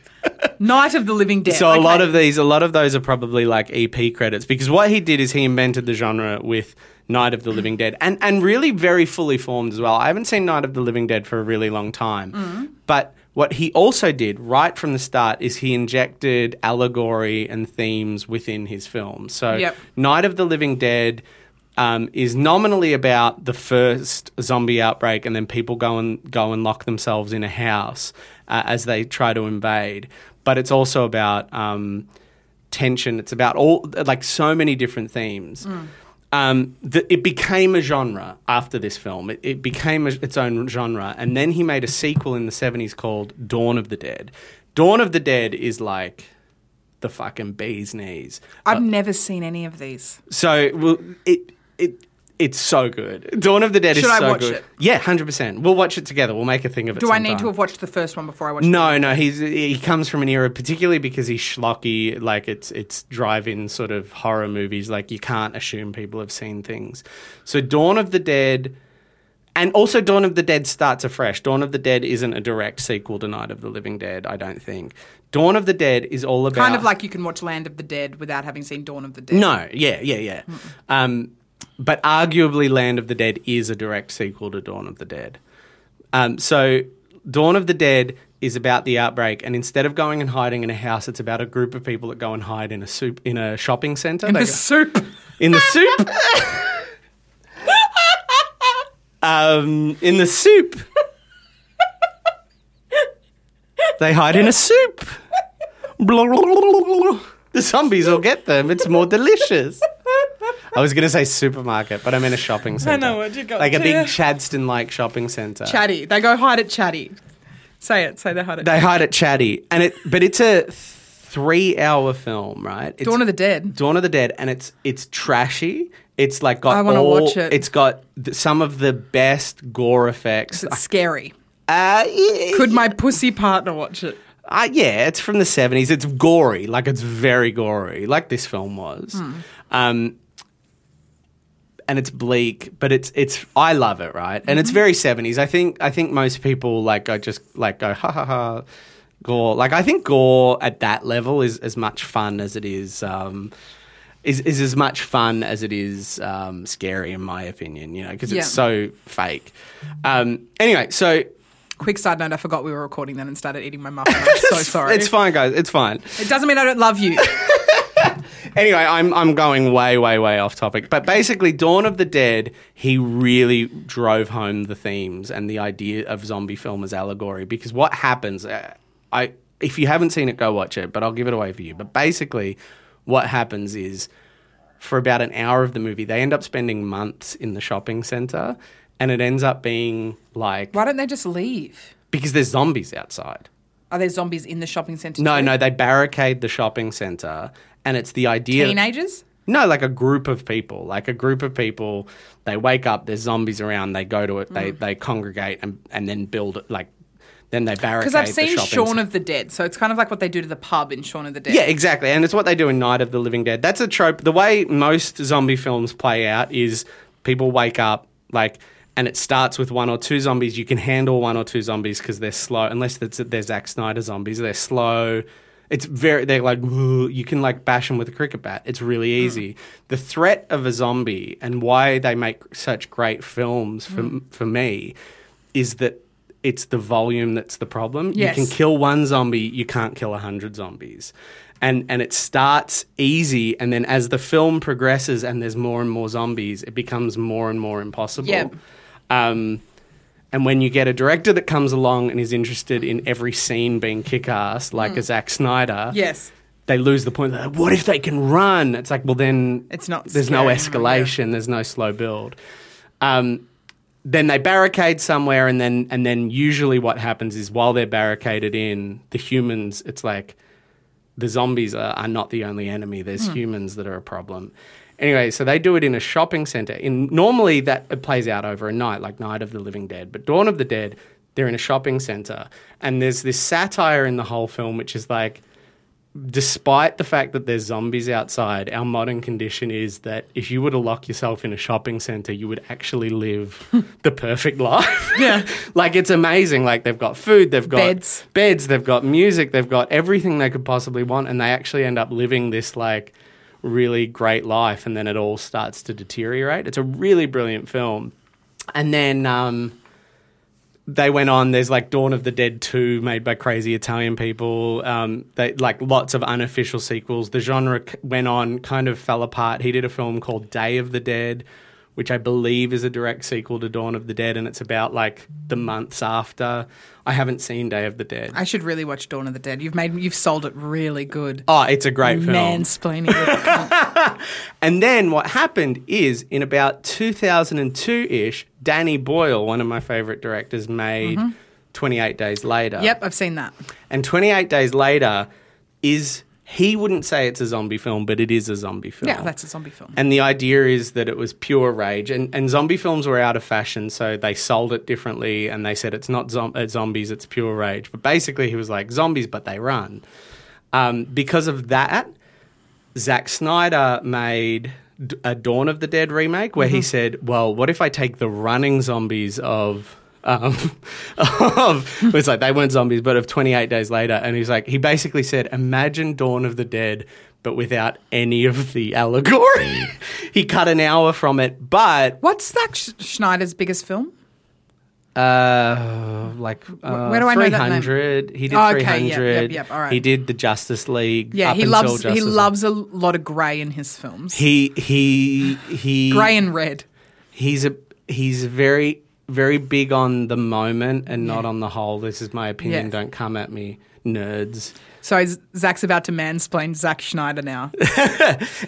Speaker 5: Night of the Living Dead.
Speaker 2: So a lot
Speaker 5: Okay.
Speaker 2: of these, a lot of those are probably like EP credits because what he did is he invented the genre with Night of the Living Dead and and really very fully formed as well. I haven't seen Night of the Living Dead for a really long time,
Speaker 5: Mm.
Speaker 2: but what he also did right from the start is he injected allegory and themes within his films. So
Speaker 5: Yep.
Speaker 2: Night of the Living Dead. Um, is nominally about the first zombie outbreak, and then people go and go and lock themselves in a house uh, as they try to invade. But it's also about um, tension. It's about all like so many different themes. Um, th- it became a genre after this film. It, it became a, its own genre, and then he made a sequel in the seventies called Dawn of the Dead. Dawn of the Dead is like the fucking bee's knees.
Speaker 5: I've never seen any of these.
Speaker 2: So well, it it it's so good. Dawn of the Dead
Speaker 5: Should
Speaker 2: is
Speaker 5: I
Speaker 2: so
Speaker 5: watch
Speaker 2: good.
Speaker 5: it?
Speaker 2: Yeah, hundred percent. We'll watch it together. We'll make a thing of it.
Speaker 5: Do I need
Speaker 2: sometime.
Speaker 5: to have watched the first one before I watch
Speaker 2: No, no, he's he comes from an era, particularly because he's schlocky. Like it's it's drive-in sort of horror movies. Like you can't assume people have seen things. So Dawn of the Dead, and also Dawn of the Dead starts afresh. Dawn of the Dead isn't a direct sequel to Night of the Living Dead. I don't think. Dawn of the Dead is all about
Speaker 5: Kind of like you can watch Land of the Dead without having seen Dawn of the Dead.
Speaker 2: no, yeah, yeah, yeah. Um, but arguably, Land of the Dead is a direct sequel to Dawn of the Dead. Um, so, Dawn of the Dead is about the outbreak, and instead of going and hiding in a house, it's about a group of people that go and hide in a soup in a shopping center.
Speaker 5: The soup.
Speaker 2: in the soup. um, in the soup. they hide in a soup. Blah, blah, blah, blah, blah. The zombies will get them. It's more delicious. I was going to say supermarket, but I meant a shopping center.
Speaker 5: know what you got
Speaker 2: Like a big
Speaker 5: there.
Speaker 2: Chadston-like shopping center.
Speaker 5: Chatty. They go hide at Chatty. Say it. Say they hide at
Speaker 2: they hide at Chatty, and it. But it's a three-hour film, right? It's,
Speaker 5: Dawn of the Dead.
Speaker 2: Dawn of the Dead, and it's it's trashy. It's like got
Speaker 5: I wanna
Speaker 2: all.
Speaker 5: watch it.
Speaker 2: has got th- some of the best gore effects.
Speaker 5: It's scary.
Speaker 2: Uh, yeah,
Speaker 5: Could my pussy partner watch it?
Speaker 2: uh, yeah, it's from the seventies. It's gory, like it's very gory, like this film was. Um, and it's bleak, but it's it's I love it, right? And it's very seventies. I think I think most people like go just like go ha ha ha gore. Like I think gore at that level is as much fun as it is. Um, is, is as much fun as it is um, scary, in my opinion, you know, because
Speaker 5: Yeah.
Speaker 2: it's so fake. Um, anyway, so
Speaker 5: Quick side note: I forgot we were recording then and started eating my muffin. I'm so sorry.
Speaker 2: It's fine, guys. It's fine.
Speaker 5: It doesn't mean I don't love you.
Speaker 2: Anyway, I'm I'm going way way way off topic, but basically, Dawn of the Dead, he really drove home the themes and the idea of zombie film as allegory because what happens, uh, I if you haven't seen it, go watch it, but I'll give it away for you. But basically, what happens is for about an hour of the movie, they end up spending months in the shopping center, and it ends up being like
Speaker 5: Why don't they just leave?
Speaker 2: because there's zombies outside.
Speaker 5: Are there zombies in the shopping centre?
Speaker 2: No,
Speaker 5: too?
Speaker 2: no, they barricade the shopping center, and it's the idea.
Speaker 5: Teenagers?
Speaker 2: No, like a group of people. Like a group of people, they wake up, there's zombies around, they go to it, they,
Speaker 5: Mm.
Speaker 2: they congregate and, and then build, like, then they barricade
Speaker 5: Because I've
Speaker 2: the
Speaker 5: seen
Speaker 2: shopping
Speaker 5: Shaun
Speaker 2: cen-
Speaker 5: of the Dead, so it's kind of like what they do to the pub in Shaun of the Dead.
Speaker 2: Yeah, exactly. And it's what they do in Night of the Living Dead. That's a trope. The way most zombie films play out is people wake up, like, and it starts with one or two zombies. You can handle one or two zombies because they're slow, unless it's, they're Zack Snyder zombies. They're slow. It's very, they're like, "Woo," you can like bash them with a cricket bat. It's really easy. The threat of a zombie and why they make such great films for, for me is that it's the volume that's the problem.
Speaker 5: Yes.
Speaker 2: You can kill one zombie, you can't kill a hundred zombies. And and it starts easy, and then as the film progresses and there's more and more zombies, it becomes more and more impossible.
Speaker 5: Yep.
Speaker 2: Um, and when you get a director that comes along and is interested in every scene being kick ass, like a Zack Snyder,
Speaker 5: Yes.
Speaker 2: they lose the point. They're like, what if they can run? It's like, well, then
Speaker 5: It's not
Speaker 2: There's no
Speaker 5: scary anymore, yeah.
Speaker 2: escalation. There's no slow build. Um, then they barricade somewhere, and then and then usually what happens is while they're barricaded in, the humans. It's like the zombies are, are not the only enemy.
Speaker 5: Hmm.
Speaker 2: There's humans that are a problem. Anyway, so they do it in a shopping center. In normally that it plays out over a night, like Night of the Living Dead, but Dawn of the Dead, they're in a shopping center, and there's this satire in the whole film, which is like, despite the fact that there's zombies outside, our modern condition is that if you were to lock yourself in a shopping center, you would actually live the perfect life. Yeah. like it's amazing. Like they've got food, they've got
Speaker 5: Beds.
Speaker 2: beds, they've got music, they've got everything they could possibly want, and they actually end up living this like really great life, and then it all starts to deteriorate. It's a really brilliant film. And then um, they went on. There's like Dawn of the Dead two, made by crazy Italian people. Um, they like lots of unofficial sequels. The genre c- went on, kind of fell apart. He did a film called Day of the Dead, which I believe is a direct sequel to Dawn of the Dead, and it's about like the months after. I haven't seen Day of the Dead.
Speaker 5: I should really watch Dawn of the Dead. You've made you've sold it really good.
Speaker 2: Oh, it's a great film.
Speaker 5: Mansplaining.
Speaker 2: And then what happened is in about 2002 ish, Danny Boyle, one of my favorite directors, made 28 Days Later.
Speaker 5: Mm-hmm. yep, I've seen that.
Speaker 2: And 28 Days Later is, he wouldn't say it's a zombie film, but it is a zombie film.
Speaker 5: Yeah, that's a zombie film.
Speaker 2: And the idea is that it was pure rage. And, and zombie films were out of fashion, so they sold it differently and they said it's not zom- uh, zombies, it's pure rage. But basically, he was like, zombies, but they run. Um, because of that, Zack Snyder made D- a Dawn of the Dead remake where
Speaker 5: Mm-hmm.
Speaker 2: he said, "Well, what if I take the running zombies of." Um, of it's like they weren't zombies, but of 28 days later, and he's like, he basically said, Imagine Dawn of the Dead, but without any of the allegory. he cut an hour from it, but
Speaker 5: What's Zack Sch- Schneider's biggest film?
Speaker 2: uh, like uh,
Speaker 5: where do I know that name?
Speaker 2: 300. He did
Speaker 5: Oh, okay,
Speaker 2: 300.
Speaker 5: yep, yep, yep, all right.
Speaker 2: He did the Justice League.
Speaker 5: Yeah,
Speaker 2: up
Speaker 5: he
Speaker 2: until
Speaker 5: loves he
Speaker 2: Justice League.
Speaker 5: loves a lot of grey in his films.
Speaker 2: He he he.
Speaker 5: grey and red.
Speaker 2: he's a he's very very big on the moment and not on the whole. This is my opinion.
Speaker 5: Yeah.
Speaker 2: Don't come at me, nerds.
Speaker 5: So is- Zack's about to mansplain Zack Schneider now.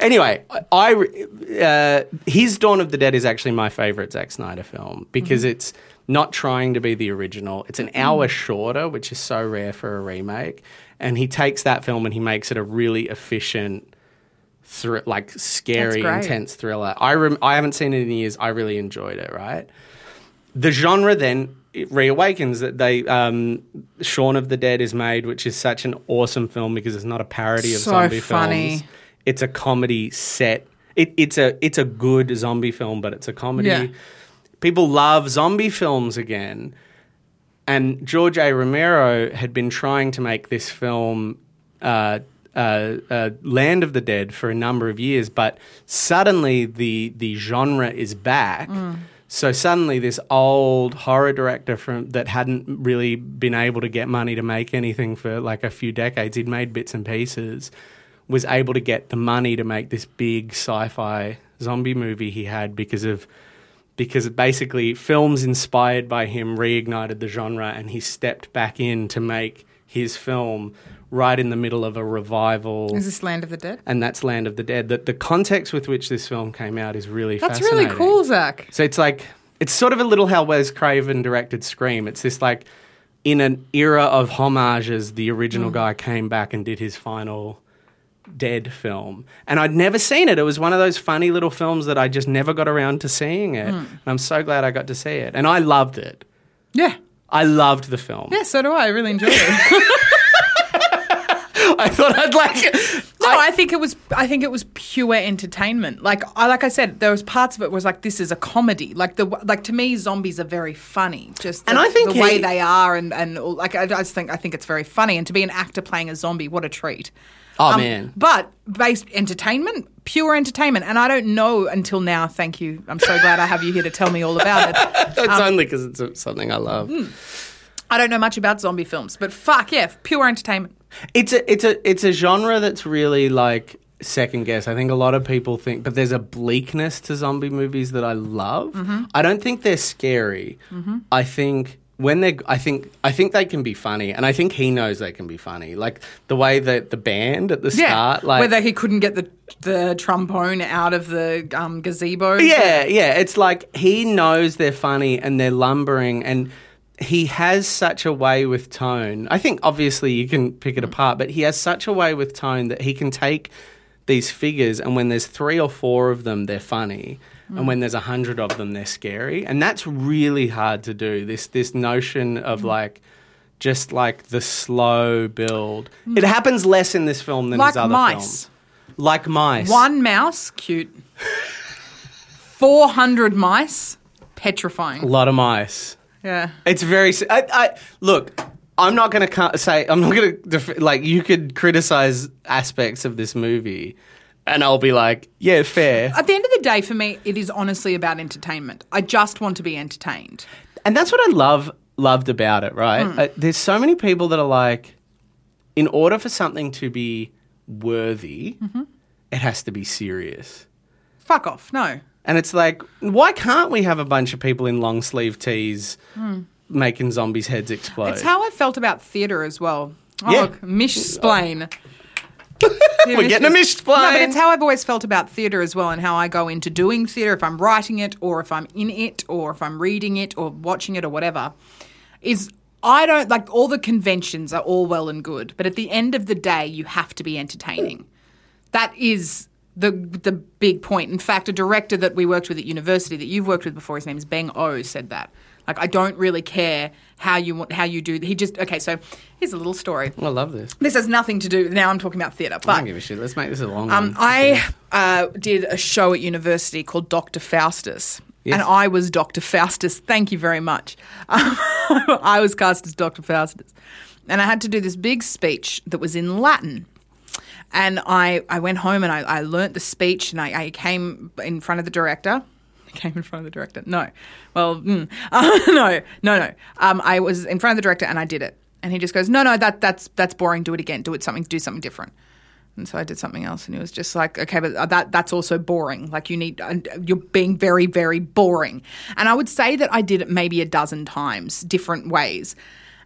Speaker 2: Anyway, I uh, his Dawn of the Dead is actually my favorite Zack Snyder film because
Speaker 5: Mm-hmm.
Speaker 2: it's not trying to be the original. It's an hour shorter, which is so rare for a remake, and he takes that film and he makes it a really efficient. Thr- like scary,
Speaker 5: great.
Speaker 2: intense thriller. I rem- I haven't seen it in years. I really enjoyed it. Right, the genre then it reawakens that they um Shaun of the Dead is made, which is such an awesome film because it's not a parody of
Speaker 5: So
Speaker 2: zombie
Speaker 5: funny.
Speaker 2: films. It's a comedy set. It, it's a it's a good zombie film, but it's a comedy.
Speaker 5: Yeah.
Speaker 2: People love zombie films again. And George A. Romero had been trying to make this film, uh, uh, uh, Land of the Dead, for a number of years, but suddenly the the genre is back. So suddenly, this old horror director from that hadn't really been able to get money to make anything for like a few decades, he'd made bits and pieces, was able to get the money to make this big sci-fi zombie movie he had because of because basically films inspired by him reignited the genre, and he stepped back in to make his film right in the middle of a revival.
Speaker 5: Is this Land of the Dead?
Speaker 2: and that's Land of the Dead. That the context with which this film came out is really
Speaker 5: That's really
Speaker 2: fascinating.
Speaker 5: cool, Zach.
Speaker 2: So it's like it's sort of a little how Wes Craven directed Scream. It's this like in an era of homages, the
Speaker 5: Mm.
Speaker 2: original guy came back and did his final dead film. And I'd never seen it. It was one of those funny little films that I just never got around to seeing
Speaker 5: Mm.
Speaker 2: it. And I'm so glad I got to see it. And I loved it.
Speaker 5: Yeah.
Speaker 2: I loved the film.
Speaker 5: Yeah, so do I. I really enjoyed it.
Speaker 2: I thought I'd like
Speaker 5: No, I, think it was. I think it was pure entertainment. Like, I, like I said, there was parts of it was like this is a comedy. Like the like to me, zombies are very funny. Just the,
Speaker 2: And I think
Speaker 5: the way
Speaker 2: he-
Speaker 5: they are, and and all- like I, I just think I think it's very funny. And to be an actor playing a zombie, what a treat!
Speaker 2: Oh, man.
Speaker 5: Um, But based entertainment, pure entertainment, and I don't know until now. Thank you. I'm so glad I have you here to tell me all about it.
Speaker 2: It's only because it's something I love.
Speaker 5: I don't know much about zombie films, but fuck yeah, pure entertainment.
Speaker 2: It's a it's a it's a genre that's really like second guess. I think a lot of people think, but there's a bleakness to zombie movies that I love. I don't think they're scary. I think when they are I think I think they can be funny, and I think he knows they can be funny. Like the way that the band at the start, like
Speaker 5: whether he couldn't get the the trombone out of the um, gazebo.
Speaker 2: Yeah, yeah. It's like he knows they're funny and they're lumbering, and he has such a way with tone. I think obviously you can pick
Speaker 5: Mm.
Speaker 2: it apart, but he has such a way with tone that he can take these figures, and when there's three or four of them, they're funny.
Speaker 5: Mm.
Speaker 2: And when there's a hundred of them, they're scary, and that's really hard to do. This this notion
Speaker 5: Mm.
Speaker 2: of like, just like the slow build. It happens less in this film than
Speaker 5: Mm. Like
Speaker 2: his other
Speaker 5: mice.
Speaker 2: films. Like mice.
Speaker 5: One mouse, cute. 400 mice,
Speaker 2: a
Speaker 5: petrifying.
Speaker 2: lot of mice.
Speaker 5: Yeah.
Speaker 2: It's very. s- I, I- look. I'm not going to say. I'm not going to def- like. You could criticize aspects of this movie, and I'll be like, yeah, fair.
Speaker 5: At the end of the day, for me, it is honestly about entertainment. I just want to be entertained.
Speaker 2: And that's what I love loved about it. Right?
Speaker 5: Hmm.
Speaker 2: Uh, there's so many people that are like, in order for something to be worthy,
Speaker 5: Mm-hmm.
Speaker 2: it has to be serious.
Speaker 5: Fuck off. No.
Speaker 2: And it's like, why can't we have a bunch of people in long sleeve tees making zombies' heads explode?
Speaker 5: Hmm. It's how I felt about theatre as well. Oh,
Speaker 2: Yeah.
Speaker 5: look, Mish Splain.
Speaker 2: We're getting a missed plane.
Speaker 5: No, but it's how I've always felt about theatre as well, and how I go into doing theatre if I'm writing it, or if I'm in it, or if I'm reading it, or watching it, or whatever. Is I don't like all the conventions are all well and good, but at the end of the day, you have to be entertaining. That is the the big point. In fact, a director that we worked with at university that you've worked with before, his name is Beng O, said that. Like, I don't really care how you want how you do. He just okay. So here's a little story.
Speaker 2: I love this.
Speaker 5: This has nothing to do. Now I'm talking about theatre,
Speaker 2: I
Speaker 5: but
Speaker 2: don't give a shit. Let's make this a long
Speaker 5: um,
Speaker 2: one.
Speaker 5: I uh, did a show at university called Dr. Faustus. And I was Dr. Faustus. Thank you very much. Um, I was cast as Dr. Faustus. And I had to do this big speech that was in Latin. And I, I went home and I, I learnt the speech and I, I came in front of the director. I came in front of the director. No. Well, mm. no, no, no. Um, I was in front of the director and I did it. And he just goes, no, no, that, that's, that's boring. Do it again. Do it something, do something different. And so I did something else, and it was just like, okay, but that that's also boring. Like you need, and you're being very, very boring. And I would say that I did it maybe a dozen times, different ways.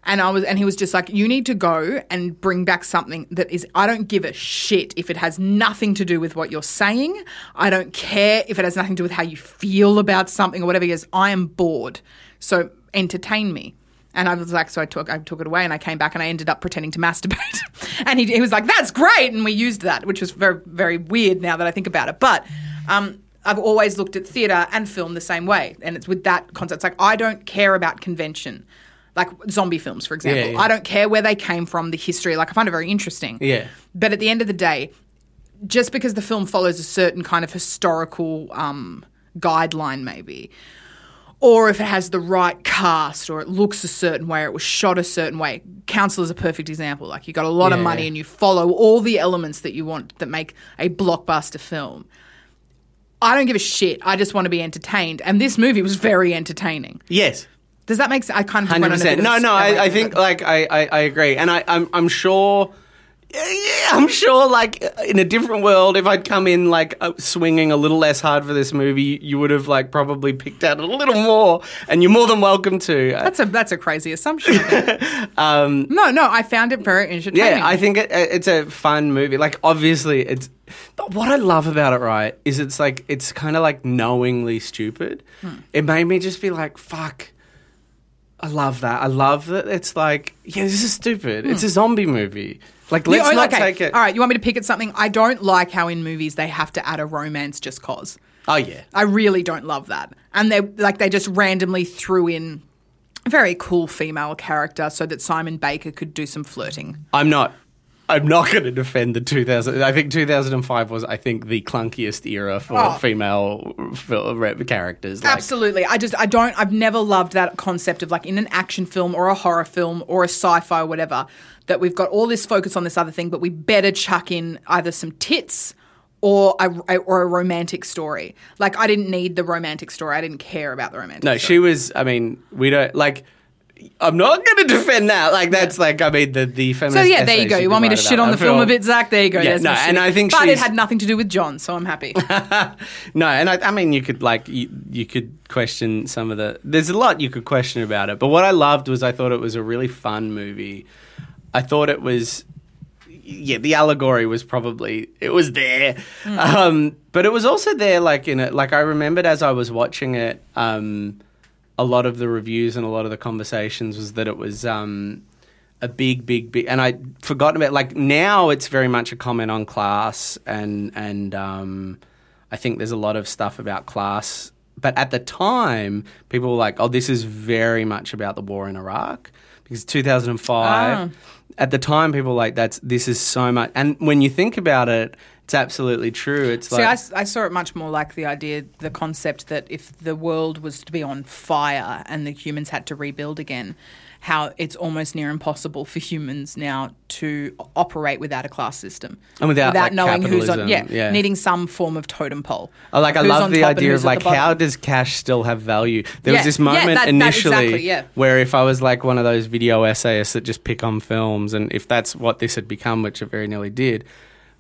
Speaker 5: And I was, and he was just like, you need to go and bring back something that is. I don't give a shit if it has nothing to do with what you're saying. I don't care if it has nothing to do with how you feel about something or whatever. He goes, I am bored, so entertain me. And I was like, so I took I took it away, and I came back, and I ended up pretending to masturbate. and he, he was like, "That's great," and we used that, which was very very weird now that I think about it. But um, I've always looked at theatre and film the same way, and it's with that concept. It's like I don't care about convention, like zombie films, for example.
Speaker 2: Yeah, yeah.
Speaker 5: I don't care where they came from, the history. Like I find it very interesting.
Speaker 2: Yeah.
Speaker 5: But at the end of the day, just because the film follows a certain kind of historical um, guideline, maybe, or if it has the right cast, or it looks a certain way, or it was shot a certain way. Council is a perfect example. Like you got a lot of
Speaker 2: Yeah.
Speaker 5: money, and you follow all the elements that you want that make a blockbuster film. I don't give a shit. I just want to be entertained. And this movie was very entertaining.
Speaker 2: Yes.
Speaker 5: Does that make sense? I kind of just
Speaker 2: Hundred
Speaker 5: went on a
Speaker 2: percent.
Speaker 5: bit of
Speaker 2: No,
Speaker 5: a
Speaker 2: no.
Speaker 5: spread,
Speaker 2: I, I think
Speaker 5: but-
Speaker 2: like I, I, I agree, and I, I'm, I'm sure. Yeah, I'm sure. Like in a different world, if I'd come in like uh, swinging a little less hard for this movie, you would have like probably picked out a little more, and you're more than welcome to. Uh,
Speaker 5: that's a that's a crazy assumption. I think. no, no. I found it very entertaining.
Speaker 2: Um, yeah, I think it, it- it's a fun movie. Like obviously, it's. But what I love about it, right, is it's like it's kind of like knowingly stupid.
Speaker 5: Hmm.
Speaker 2: It made me just be like, fuck. I love that. I love that it's like, yeah, this is stupid. It's a zombie movie. Like, let's
Speaker 5: You- Hmm. oh,
Speaker 2: not
Speaker 5: okay.
Speaker 2: take it.
Speaker 5: All right, you want me to pick at something? I don't like how in movies they have to add a romance just cause.
Speaker 2: Oh yeah.
Speaker 5: I really don't love that. And they like they just randomly threw in a very cool female character so that Simon Baker could do some flirting.
Speaker 2: I'm not. I'm not going to defend the 2000. I think 2005 was, I think, the clunkiest era for
Speaker 5: Oh.
Speaker 2: female fil- rep characters. Like,
Speaker 5: Absolutely. I just I don't I've never loved that concept of like in an action film or a horror film or a sci-fi or whatever that we've got all this focus on this other thing but we better chuck in either some tits or a, or a romantic story. Like I didn't need the romantic story. I didn't care about the romantic
Speaker 2: No,
Speaker 5: story.
Speaker 2: she was. I mean, we don't like. I'm not going to defend that. Like, that's like. I mean, the the feminist.
Speaker 5: So yeah, there you
Speaker 2: essays
Speaker 5: go.
Speaker 2: she
Speaker 5: You want me to
Speaker 2: provided
Speaker 5: shit
Speaker 2: about
Speaker 5: on the
Speaker 2: that
Speaker 5: film a bit, Zach? There you go.
Speaker 2: Yeah,
Speaker 5: There's
Speaker 2: no,
Speaker 5: my
Speaker 2: and
Speaker 5: shit.
Speaker 2: I think
Speaker 5: but it
Speaker 2: she's-
Speaker 5: had nothing to do with John, so I'm happy.
Speaker 2: No, and I, I mean, you could like you, you could question some of the. There's a lot you could question about it, but what I loved was I thought it was a really fun movie. I thought it was, yeah, the allegory was probably it was there,
Speaker 5: Hmm.
Speaker 2: um, but it was also there like in it. Like I remembered as I was watching it, um, a lot of the reviews and a lot of the conversations was that it was. Um, a big, big, big, and I forgotten about. Like now, it's very much a comment on class, and and um, I think there's a lot of stuff about class. But at the time, people were like, "Oh, this is very much about the war in Iraq," because 2005.
Speaker 5: Ah.
Speaker 2: At the time, people were like, "That's this is so much." And when you think about it, it's absolutely true. It's
Speaker 5: See, I,
Speaker 2: like
Speaker 5: s- I saw it much more like the idea, the concept that if the world was to be on fire and the humans had to rebuild again, how it's almost near impossible for humans now to o- operate without a class system
Speaker 2: And without, like,
Speaker 5: who's on. Yeah,
Speaker 2: capitalism, yeah.
Speaker 5: needing some form of totem pole.
Speaker 2: I like I
Speaker 5: Who's
Speaker 2: love
Speaker 5: on
Speaker 2: the
Speaker 5: top and
Speaker 2: idea
Speaker 5: who's
Speaker 2: of
Speaker 5: at
Speaker 2: like
Speaker 5: the bottom.
Speaker 2: how does cash still have value? There
Speaker 5: Yeah,
Speaker 2: was this
Speaker 5: yeah,
Speaker 2: moment
Speaker 5: that- that
Speaker 2: initially
Speaker 5: exactly, yeah.
Speaker 2: where if I was like one of those video essayists that just pick on films and if that's what this had become, which it very nearly did,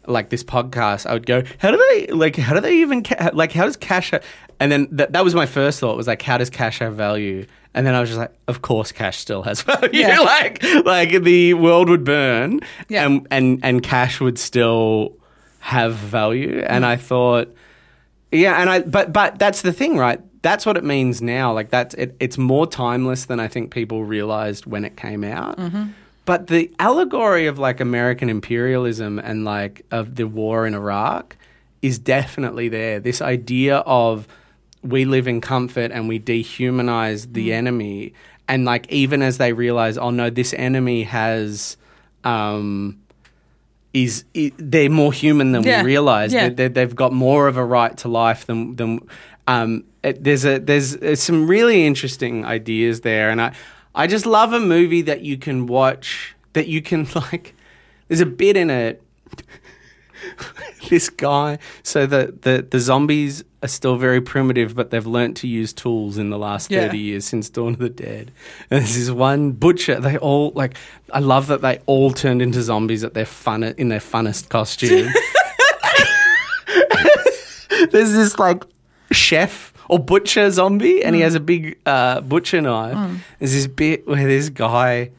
Speaker 2: like this podcast, I would go, how do they like how do they even ca- like how does cash ha-? and then th- that was my first thought was like how does cash have value? And then I was just like, of course, cash still has value.
Speaker 5: Yeah.
Speaker 2: like, like the world would burn,
Speaker 5: Yeah.
Speaker 2: and and and cash would still have value.
Speaker 5: Mm-hmm.
Speaker 2: And I thought, yeah, and I but but that's the thing, right? That's what it means now. Like that's it, it's more timeless than I think people realized when it came out. But the allegory of like American imperialism and like of the war in Iraq is definitely there. This idea of we live in comfort and we dehumanize the enemy, and like even as they realize, oh no, this enemy has. Um, is i they're more human than
Speaker 5: Yeah.
Speaker 2: we realize.
Speaker 5: Yeah.
Speaker 2: They, they, have got more of a right to life than than. Um, it- there's a there's uh, some really interesting ideas there, and I I just love a movie that you can watch that you can like. There's a bit in it. this guy, so the, the the zombies are still very primitive, but they've learnt to use tools in the last
Speaker 5: Yeah.
Speaker 2: thirty years years since Dawn of the Dead. And there's this one butcher. They all like. I love that they all turned into zombies at their fun in their funnest costume. there's this like chef or butcher zombie, and he has a big uh, butcher knife. There's this bit where this guy.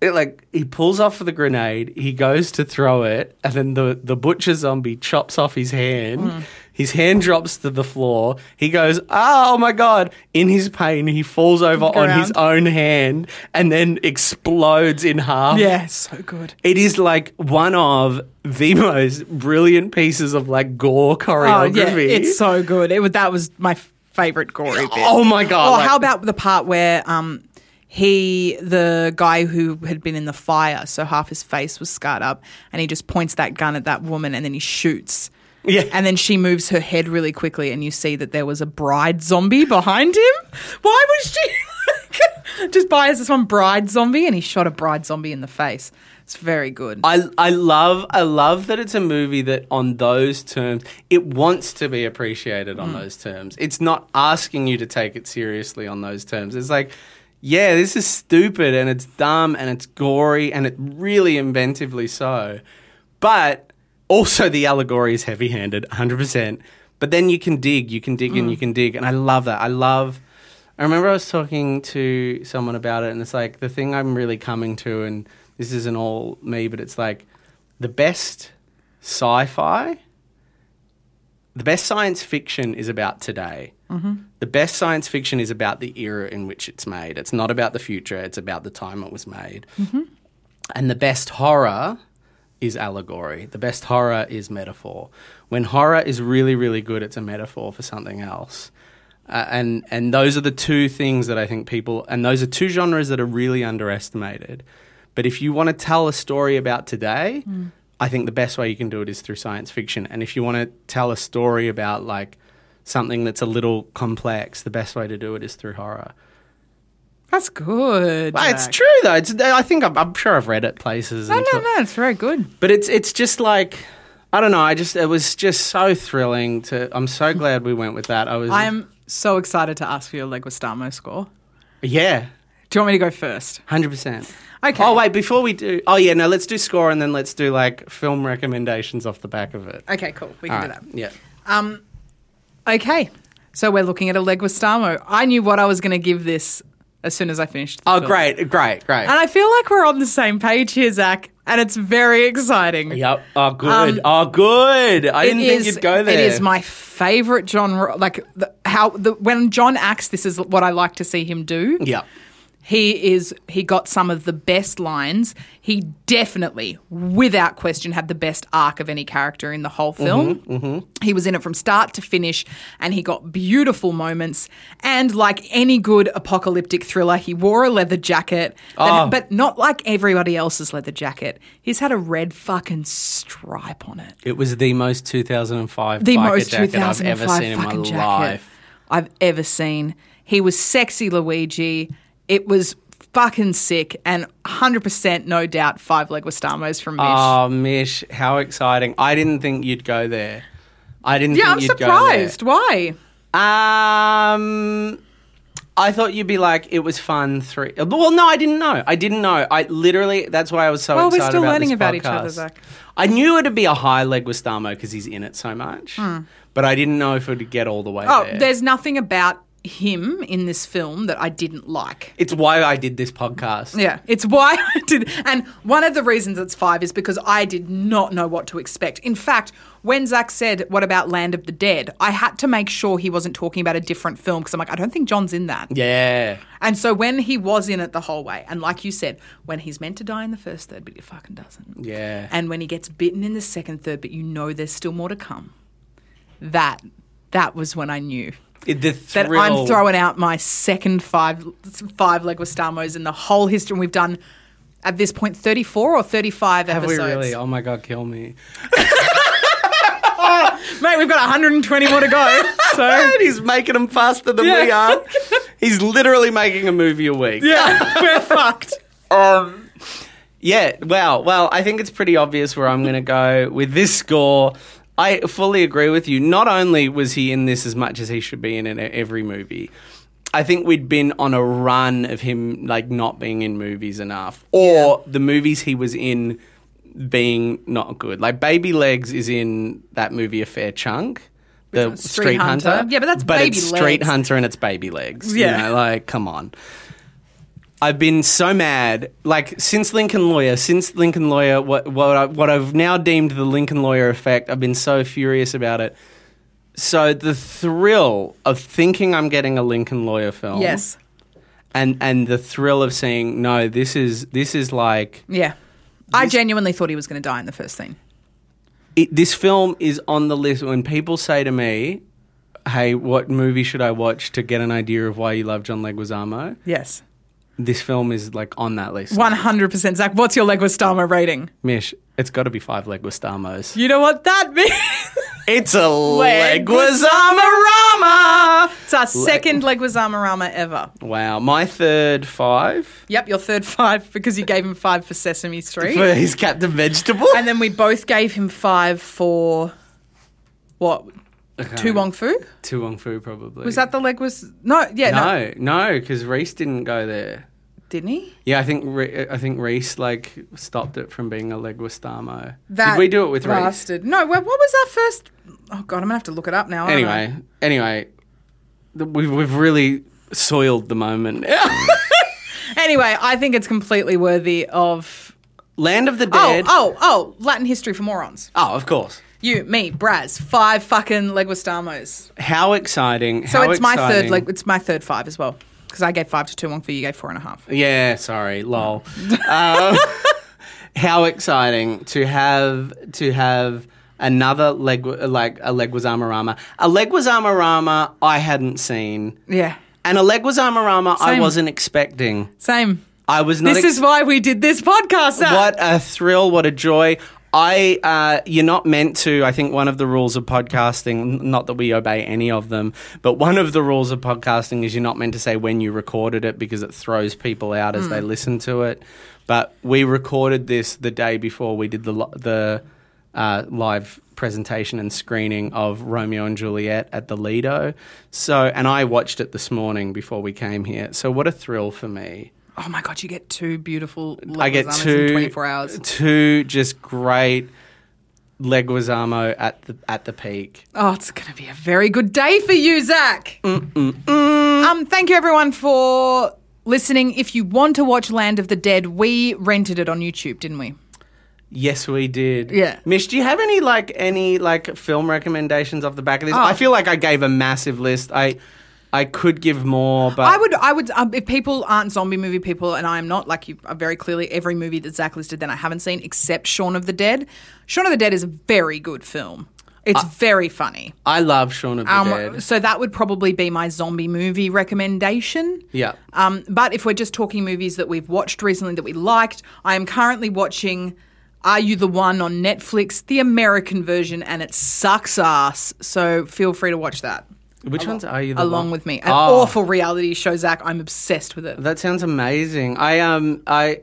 Speaker 2: It like he pulls off the grenade, he goes to throw it, and then the, the butcher zombie chops off his hand.
Speaker 5: Hmm.
Speaker 2: His hand drops to the floor. He goes, "Oh my god!" In his pain, he falls over on his own hand and then explodes in half.
Speaker 5: Yeah, so good.
Speaker 2: It is like one of the most brilliant pieces of like gore
Speaker 5: Oh
Speaker 2: choreography.
Speaker 5: yeah, it's so good. It was that was my f- favorite gory bit.
Speaker 2: Oh, my God,
Speaker 5: Or
Speaker 2: like-
Speaker 5: how about the part where um he the guy who had been in the fire, so half his face was scarred up, and he just points that gun at that woman, and then he shoots.
Speaker 2: Yeah.
Speaker 5: And then she moves her head really quickly, and you see that there was a bride zombie behind him. Why was she? Just buys this one bride zombie, and he shot a bride zombie in the face. It's very good.
Speaker 2: I, I love I love that it's a movie that on those terms it wants to be appreciated on those terms. It's not asking you to take it seriously on those terms. It's like, yeah, this is stupid and it's dumb and it's gory and it really inventively so. But also the allegory is heavy-handed 100%. But then you can dig, you can dig and you can dig and I love that. I love I remember I was talking to someone about it, and it's like the thing I'm really coming to, and this isn't all me, but it's like the best sci fi, the best science fiction is about today. The best science fiction is about the era in which it's made. It's not about the future, it's about the time it was made. And the best horror is allegory. The best horror is metaphor. When horror is really, really good, it's a metaphor for something else. Uh, and and those are the two things that I think people and those are two genres that are really underestimated. But if you want to tell a story about today, I think the best way you can do it is through science fiction. And if you want to tell a story about like something that's a little complex, the best way to do it is through horror.
Speaker 5: That's good.
Speaker 2: Well, it's
Speaker 5: Jack.
Speaker 2: true though. It's I think I'm, I'm sure I've read it places.
Speaker 5: No,
Speaker 2: and
Speaker 5: Oh, no,
Speaker 2: talk-
Speaker 5: no. It's very good.
Speaker 2: but it's it's just like I don't know. I just it was just so thrilling to. I'm so glad we went with that. I was.
Speaker 5: I am so excited to ask for your Leguistamo score.
Speaker 2: yeah,
Speaker 5: Do you want me to go first?
Speaker 2: hundred percent.
Speaker 5: Okay.
Speaker 2: Oh wait, before we do. Oh yeah, no. Let's do score and then let's do like film recommendations off the back of it.
Speaker 5: Okay, cool. We can
Speaker 2: All
Speaker 5: do
Speaker 2: right,
Speaker 5: that.
Speaker 2: Yeah.
Speaker 5: Okay. So we're looking at a Leguistamo. I knew what I was going to give this as soon as I finished. the
Speaker 2: Oh
Speaker 5: film.
Speaker 2: great, great, great.
Speaker 5: And I feel like we're on the same page here, Zach, and it's very exciting.
Speaker 2: Yep. Oh good. oh good. I
Speaker 5: Um, It
Speaker 2: didn't think
Speaker 5: is-
Speaker 2: you'd go there.
Speaker 5: It is my favorite genre. Like the, how the, when John acts, this is what I like to see him do.
Speaker 2: Yep.
Speaker 5: He is he got some of the best lines. He definitely, without question, had the best arc of any character in the whole film. He was in it from start to finish and he got beautiful moments. And like any good apocalyptic thriller, he wore a leather jacket, that-
Speaker 2: Oh.
Speaker 5: but not like everybody else's leather jacket. He's had a red fucking stripe on it.
Speaker 2: It was the most 2005
Speaker 5: The
Speaker 2: biker
Speaker 5: most
Speaker 2: jacket I've
Speaker 5: 2005
Speaker 2: ever seen in my
Speaker 5: fucking jacket
Speaker 2: life.
Speaker 5: I've ever seen. He was sexy Luigi. It was fucking sick and 100% no doubt five Leguistamo's from Mish.
Speaker 2: Oh, Mish, how exciting. I didn't think you'd go there. I didn't
Speaker 5: yeah,
Speaker 2: think
Speaker 5: I'm
Speaker 2: you'd
Speaker 5: surprised. Why?
Speaker 2: go there. Um I thought you'd be like it was fun three. Well, no, I didn't know. I didn't know. I literally that's why I was so
Speaker 5: Well, we're
Speaker 2: excited
Speaker 5: still
Speaker 2: about
Speaker 5: learning
Speaker 2: this
Speaker 5: about each other,
Speaker 2: podcast.
Speaker 5: Zach.
Speaker 2: I knew it'd be a high Leguistamo because he's in it so much. But I didn't know if it'd get all the way
Speaker 5: Hmm. Oh,
Speaker 2: there.
Speaker 5: there's nothing about him in this film that I didn't like.
Speaker 2: It's why I did this podcast.
Speaker 5: Yeah, it's why I did. And one of the reasons it's five is because I did not know what to expect. In fact, when Zach said, What about Land of the Dead? I had to make sure he wasn't talking about a different film because I'm like, I don't think John's in that.
Speaker 2: Yeah.
Speaker 5: And so when he was in it the whole way, and like you said, when he's meant to die in the first third, but he fucking doesn't.
Speaker 2: Yeah.
Speaker 5: And when he gets bitten in the second third, but you know there's still more to come. That that was when I knew
Speaker 2: It- the
Speaker 5: that
Speaker 2: thrill-
Speaker 5: I'm throwing out my second five five Leguistamos in the whole history. And we've done at this point 34 or 35
Speaker 2: Have we
Speaker 5: episodes.
Speaker 2: really? Oh my god, kill me.
Speaker 5: Mate, we've got 120 more to go. So
Speaker 2: And he's making them faster than we
Speaker 5: Yeah.
Speaker 2: are. He's literally making a movie a week.
Speaker 5: yeah, we're fucked.
Speaker 2: Um, yeah. Wow. Well, I think it's pretty obvious where I'm going to go with this score. I fully agree with you. Not only was he in this as much as he should be in, in every movie, I think we'd been on a run of him like not being in movies enough, or the movies he was in being not good. Like Baby Legs is in that movie a fair chunk. The
Speaker 5: Street
Speaker 2: Street Hunter.
Speaker 5: Hunter? Yeah, but that's
Speaker 2: but
Speaker 5: Baby
Speaker 2: it's Street
Speaker 5: Legs.
Speaker 2: Hunter and it's Baby Legs. Yeah,
Speaker 5: Yeah.
Speaker 2: you know, like come on. I've been so mad, like since Lincoln Lawyer, since Lincoln Lawyer, what what I, what I've now deemed the Lincoln Lawyer effect. I've been so furious about it. So the thrill of thinking I'm getting a Lincoln Lawyer film,
Speaker 5: Yes.
Speaker 2: and and the thrill of saying no, this is this is like
Speaker 5: Yeah. I genuinely thought he was going to die in the first scene.
Speaker 2: it, this film is on the list. When people say to me, "Hey, what movie should I watch to get an idea of why you love John Leguizamo?"
Speaker 5: Yes.
Speaker 2: This film is like on that list.
Speaker 5: One hundred percent, Zach. What's your Leguistamo rating?
Speaker 2: Mish, It's got to be five leguistamos.
Speaker 5: You know what that means?
Speaker 2: It's a leguizamarama.
Speaker 5: it's our second Leguizamo Rama ever.
Speaker 2: Wow, my third five
Speaker 5: Yep, your third five because you gave him five for Sesame Street.
Speaker 2: for his Captain Vegetable.
Speaker 5: and then we both gave him five for what? Tu Wong Fu?
Speaker 2: Tu Wong Fu probably
Speaker 5: Was that the leg was no, yeah, no.
Speaker 2: No, no, because Reese didn't go there.
Speaker 5: Didn't he?
Speaker 2: Yeah, I think Re- I think Reese like stopped it from being a leguistamo.
Speaker 5: That
Speaker 2: Did we do it with Reese?
Speaker 5: bastard. No, well, what was our first Oh god, I'm gonna have to look it up now. I don't know.
Speaker 2: Anyway, anyway, th- we've we've really soiled the moment.
Speaker 5: Anyway, I think it's completely worthy of
Speaker 2: Land of the
Speaker 5: Oh,
Speaker 2: Dead.
Speaker 5: oh, oh, Latin history for morons.
Speaker 2: Oh, of course.
Speaker 5: You, me, Braz, five fucking Leguistamos.
Speaker 2: How exciting!
Speaker 5: So
Speaker 2: how
Speaker 5: it's my third
Speaker 2: exciting.
Speaker 5: like it's my third five as well. Because I gave five to two one for you gave four and a half.
Speaker 2: Yeah, sorry, lol. um, how exciting to have to have another leg like a leguizamarama. A leguizamarama I hadn't seen,
Speaker 5: Yeah.
Speaker 2: and a leguizamarama I
Speaker 5: Same.
Speaker 2: wasn't expecting.
Speaker 5: Same.
Speaker 2: I was not.
Speaker 5: This
Speaker 2: ex-
Speaker 5: is why we did this podcast. Zach.
Speaker 2: what a thrill! What a joy! I uh, you're not meant to. I think one of the rules of podcasting, n- not that we obey any of them, but one of the rules of podcasting is you're not meant to say when you recorded it because it throws people out as they listen to it. But we recorded this the day before we did the li- the uh, live presentation and screening of Romeo and Juliet at the Lido. So, and I watched it this morning before we came here. So, what a thrill for me!
Speaker 5: Oh my god, you get two beautiful
Speaker 2: I get
Speaker 5: lasagnas
Speaker 2: two
Speaker 5: in 24 hours.
Speaker 2: Two just great leguizamo at the at the peak.
Speaker 5: Oh, it's going to be a very good day for you, Zach. Um, thank you everyone for listening. If you want to watch Land of the Dead, we rented it on YouTube, didn't we?
Speaker 2: Yes, we did.
Speaker 5: Yeah.
Speaker 2: Mish, do you have any like any like film recommendations off the back of this?
Speaker 5: Oh.
Speaker 2: I feel like I gave a massive list. I I could give more, but
Speaker 5: I would, I would, um, if people aren't zombie movie people, and I am not, like you are very clearly, every movie that Zach listed then I haven't seen except Shaun of the Dead. Shaun of the Dead is a very good film. It's very funny.
Speaker 2: I love Shaun of the
Speaker 5: Um,
Speaker 2: Uh, Dead.
Speaker 5: so that would probably be my zombie movie recommendation.
Speaker 2: Yeah.
Speaker 5: Um, but if we're just talking movies that we've watched recently that we liked, I am currently watching Are You the One on Netflix, the American version, and it sucks ass. So feel free to watch that.
Speaker 2: Which ones are you the
Speaker 5: Along
Speaker 2: one-
Speaker 5: with me. An
Speaker 2: Oh.
Speaker 5: awful reality show, Zach. I'm obsessed with it.
Speaker 2: That sounds amazing. I um I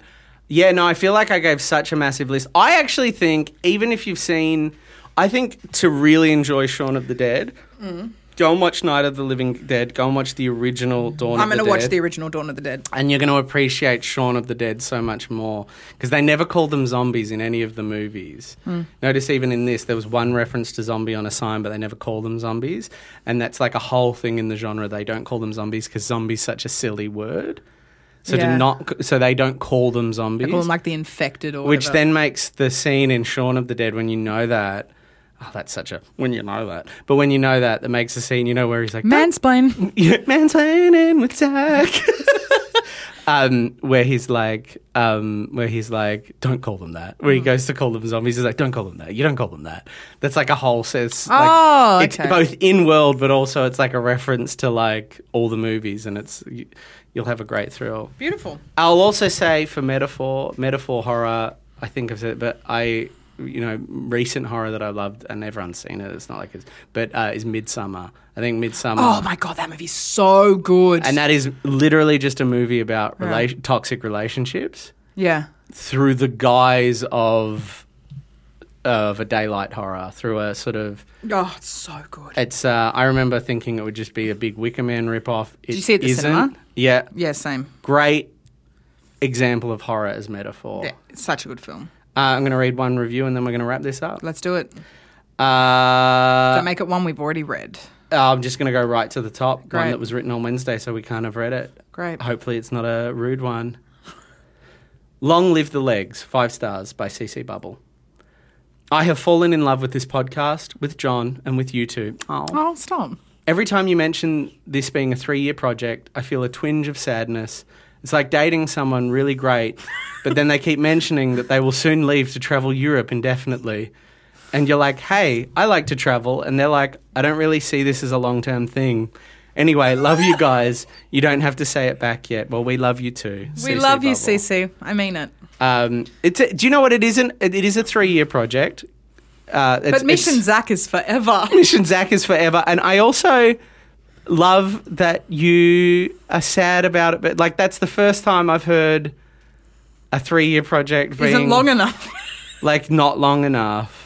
Speaker 2: yeah, no, I feel like I gave such a massive list. I actually think even if you've seen I think to really enjoy Shaun of the Dead,
Speaker 5: Mm.
Speaker 2: go and watch Night of the Living Dead, go and watch the original Dawn
Speaker 5: I'm
Speaker 2: of
Speaker 5: going
Speaker 2: the
Speaker 5: to
Speaker 2: Dead.
Speaker 5: watch the original Dawn of the Dead.
Speaker 2: and you're going to appreciate Shaun of the Dead so much more because they never called them zombies in any of the movies.
Speaker 5: Hmm.
Speaker 2: Notice even in this, there was one reference to zombie on a sign, but they never call them zombies. And that's like a whole thing in the genre. They don't call them zombies because zombie's such a silly word. So
Speaker 5: Yeah.
Speaker 2: to not, so they don't call them zombies,
Speaker 5: Call them like the infected or
Speaker 2: which
Speaker 5: whatever.
Speaker 2: then makes the scene in Shaun of the Dead when you know that. Oh, that's such a when you know that. But when you know that, that makes the scene. You know where he's like "Don't
Speaker 5: Mansplain.
Speaker 2: yeah, mansplaining with Zach. um, where he's like, um, where he's like, don't call them that.
Speaker 5: Mm.
Speaker 2: Where he goes to call them zombies, he's like, don't call them that. You don't call them that. That's like a whole sense. Like,
Speaker 5: Oh,
Speaker 2: it's
Speaker 5: okay.
Speaker 2: both in world, but also it's like a reference to like all the movies, and it's you, you'll have a great thrill.
Speaker 5: Beautiful.
Speaker 2: I'll also say for metaphor, metaphor horror. I think I've said, it, but I, you know, recent horror that I loved, and everyone's seen it. It's not like it's, but uh, is Midsummer. I think Midsummer.
Speaker 5: Oh my God, that movie's so good.
Speaker 2: And that is literally just a movie about rela- toxic relationships
Speaker 5: yeah.
Speaker 2: through the guise of of a daylight horror, through a sort of
Speaker 5: Oh, it's so good.
Speaker 2: it's. Uh, I remember thinking it would just be a big Wicker Man ripoff. Did
Speaker 5: you see it at the cinema?
Speaker 2: Yeah,
Speaker 5: yeah, same.
Speaker 2: great example of horror as metaphor.
Speaker 5: Yeah, it's such a good film.
Speaker 2: Uh, I'm going to read one review and then we're going to wrap this up.
Speaker 5: Let's do it.
Speaker 2: Uh,
Speaker 5: Don't make it one we've already read.
Speaker 2: I'm just going to go right to the top. One
Speaker 5: Great.
Speaker 2: that was written on Wednesday, so we can't have read it.
Speaker 5: Great.
Speaker 2: Hopefully, it's not a rude one. Long Live the Legs, five stars by CC Bubble. I have fallen in love with this podcast, with John, and with you two. Oh.
Speaker 5: Oh, stop.
Speaker 2: Every time you mention this being a three year project, I feel a twinge of sadness. It's like dating someone really great, but then they keep mentioning that they will soon leave to travel Europe indefinitely. And you're like, hey, I like to travel. And they're like, I don't really see this as a long term thing. Anyway, love you guys. You don't have to say it back yet. Well, we love you too.
Speaker 5: We
Speaker 2: CC
Speaker 5: love you,
Speaker 2: Bubble.
Speaker 5: CC. I mean it.
Speaker 2: Um, it's a, do you know what it isn't? It, it is a three-year project. Uh, it's,
Speaker 5: But Mission
Speaker 2: it's-
Speaker 5: Zach is forever.
Speaker 2: Mission Zach is forever, and I also love that you are sad about it. But like, that's the first time I've heard a three-year project being
Speaker 5: Isn't long enough.
Speaker 2: like not long enough.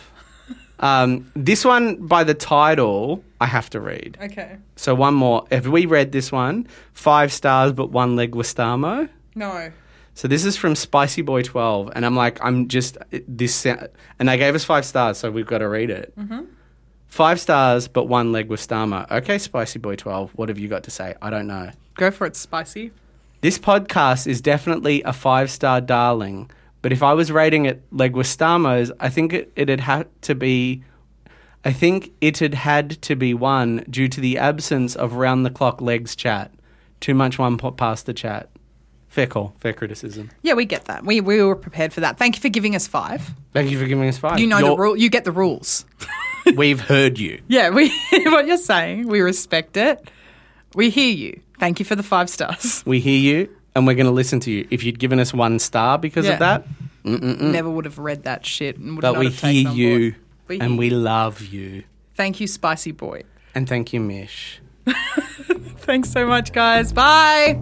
Speaker 2: Um, this one by the title, I have to read.
Speaker 5: okay.
Speaker 2: So one more. Have we read this one? Five stars, but one leg was Starmo.
Speaker 5: No.
Speaker 2: So this is from Spicy Boy Twelve, and I'm like, I'm just it- this, sa- and they gave us five stars, so we've got to read it. Five stars, but one leg with Starmer. Okay, Spicy Boy Twelve, what have you got to say? I don't know.
Speaker 5: Go for it, spicy.
Speaker 2: This podcast is definitely a five star darling, but if I was rating it Leguistamo's, I think it, it had had to be. I think it had had to be one due to the absence of round the clock legs chat. Too much one po- past the chat. Fair call, fair criticism.
Speaker 5: Yeah, we get that. We, we were prepared for that. Thank you for giving us five.
Speaker 2: Thank you for giving us five.
Speaker 5: You know
Speaker 2: You're-
Speaker 5: the rule. You get the rules.
Speaker 2: We've heard you.
Speaker 5: Yeah, we what you're saying. We respect it. We hear you. Thank you for the five stars.
Speaker 2: We hear you, and we're going to listen to you. If you'd given us one star because
Speaker 5: Yeah.
Speaker 2: of that,
Speaker 5: Never would have read that shit and would
Speaker 2: Mm. but
Speaker 5: not
Speaker 2: we
Speaker 5: have taken
Speaker 2: hear
Speaker 5: on
Speaker 2: you,
Speaker 5: board. We
Speaker 2: and
Speaker 5: hear
Speaker 2: we love you.
Speaker 5: Thank you, Spicy Boy.
Speaker 2: And thank you, Mish.
Speaker 5: Thanks so much, guys. Bye.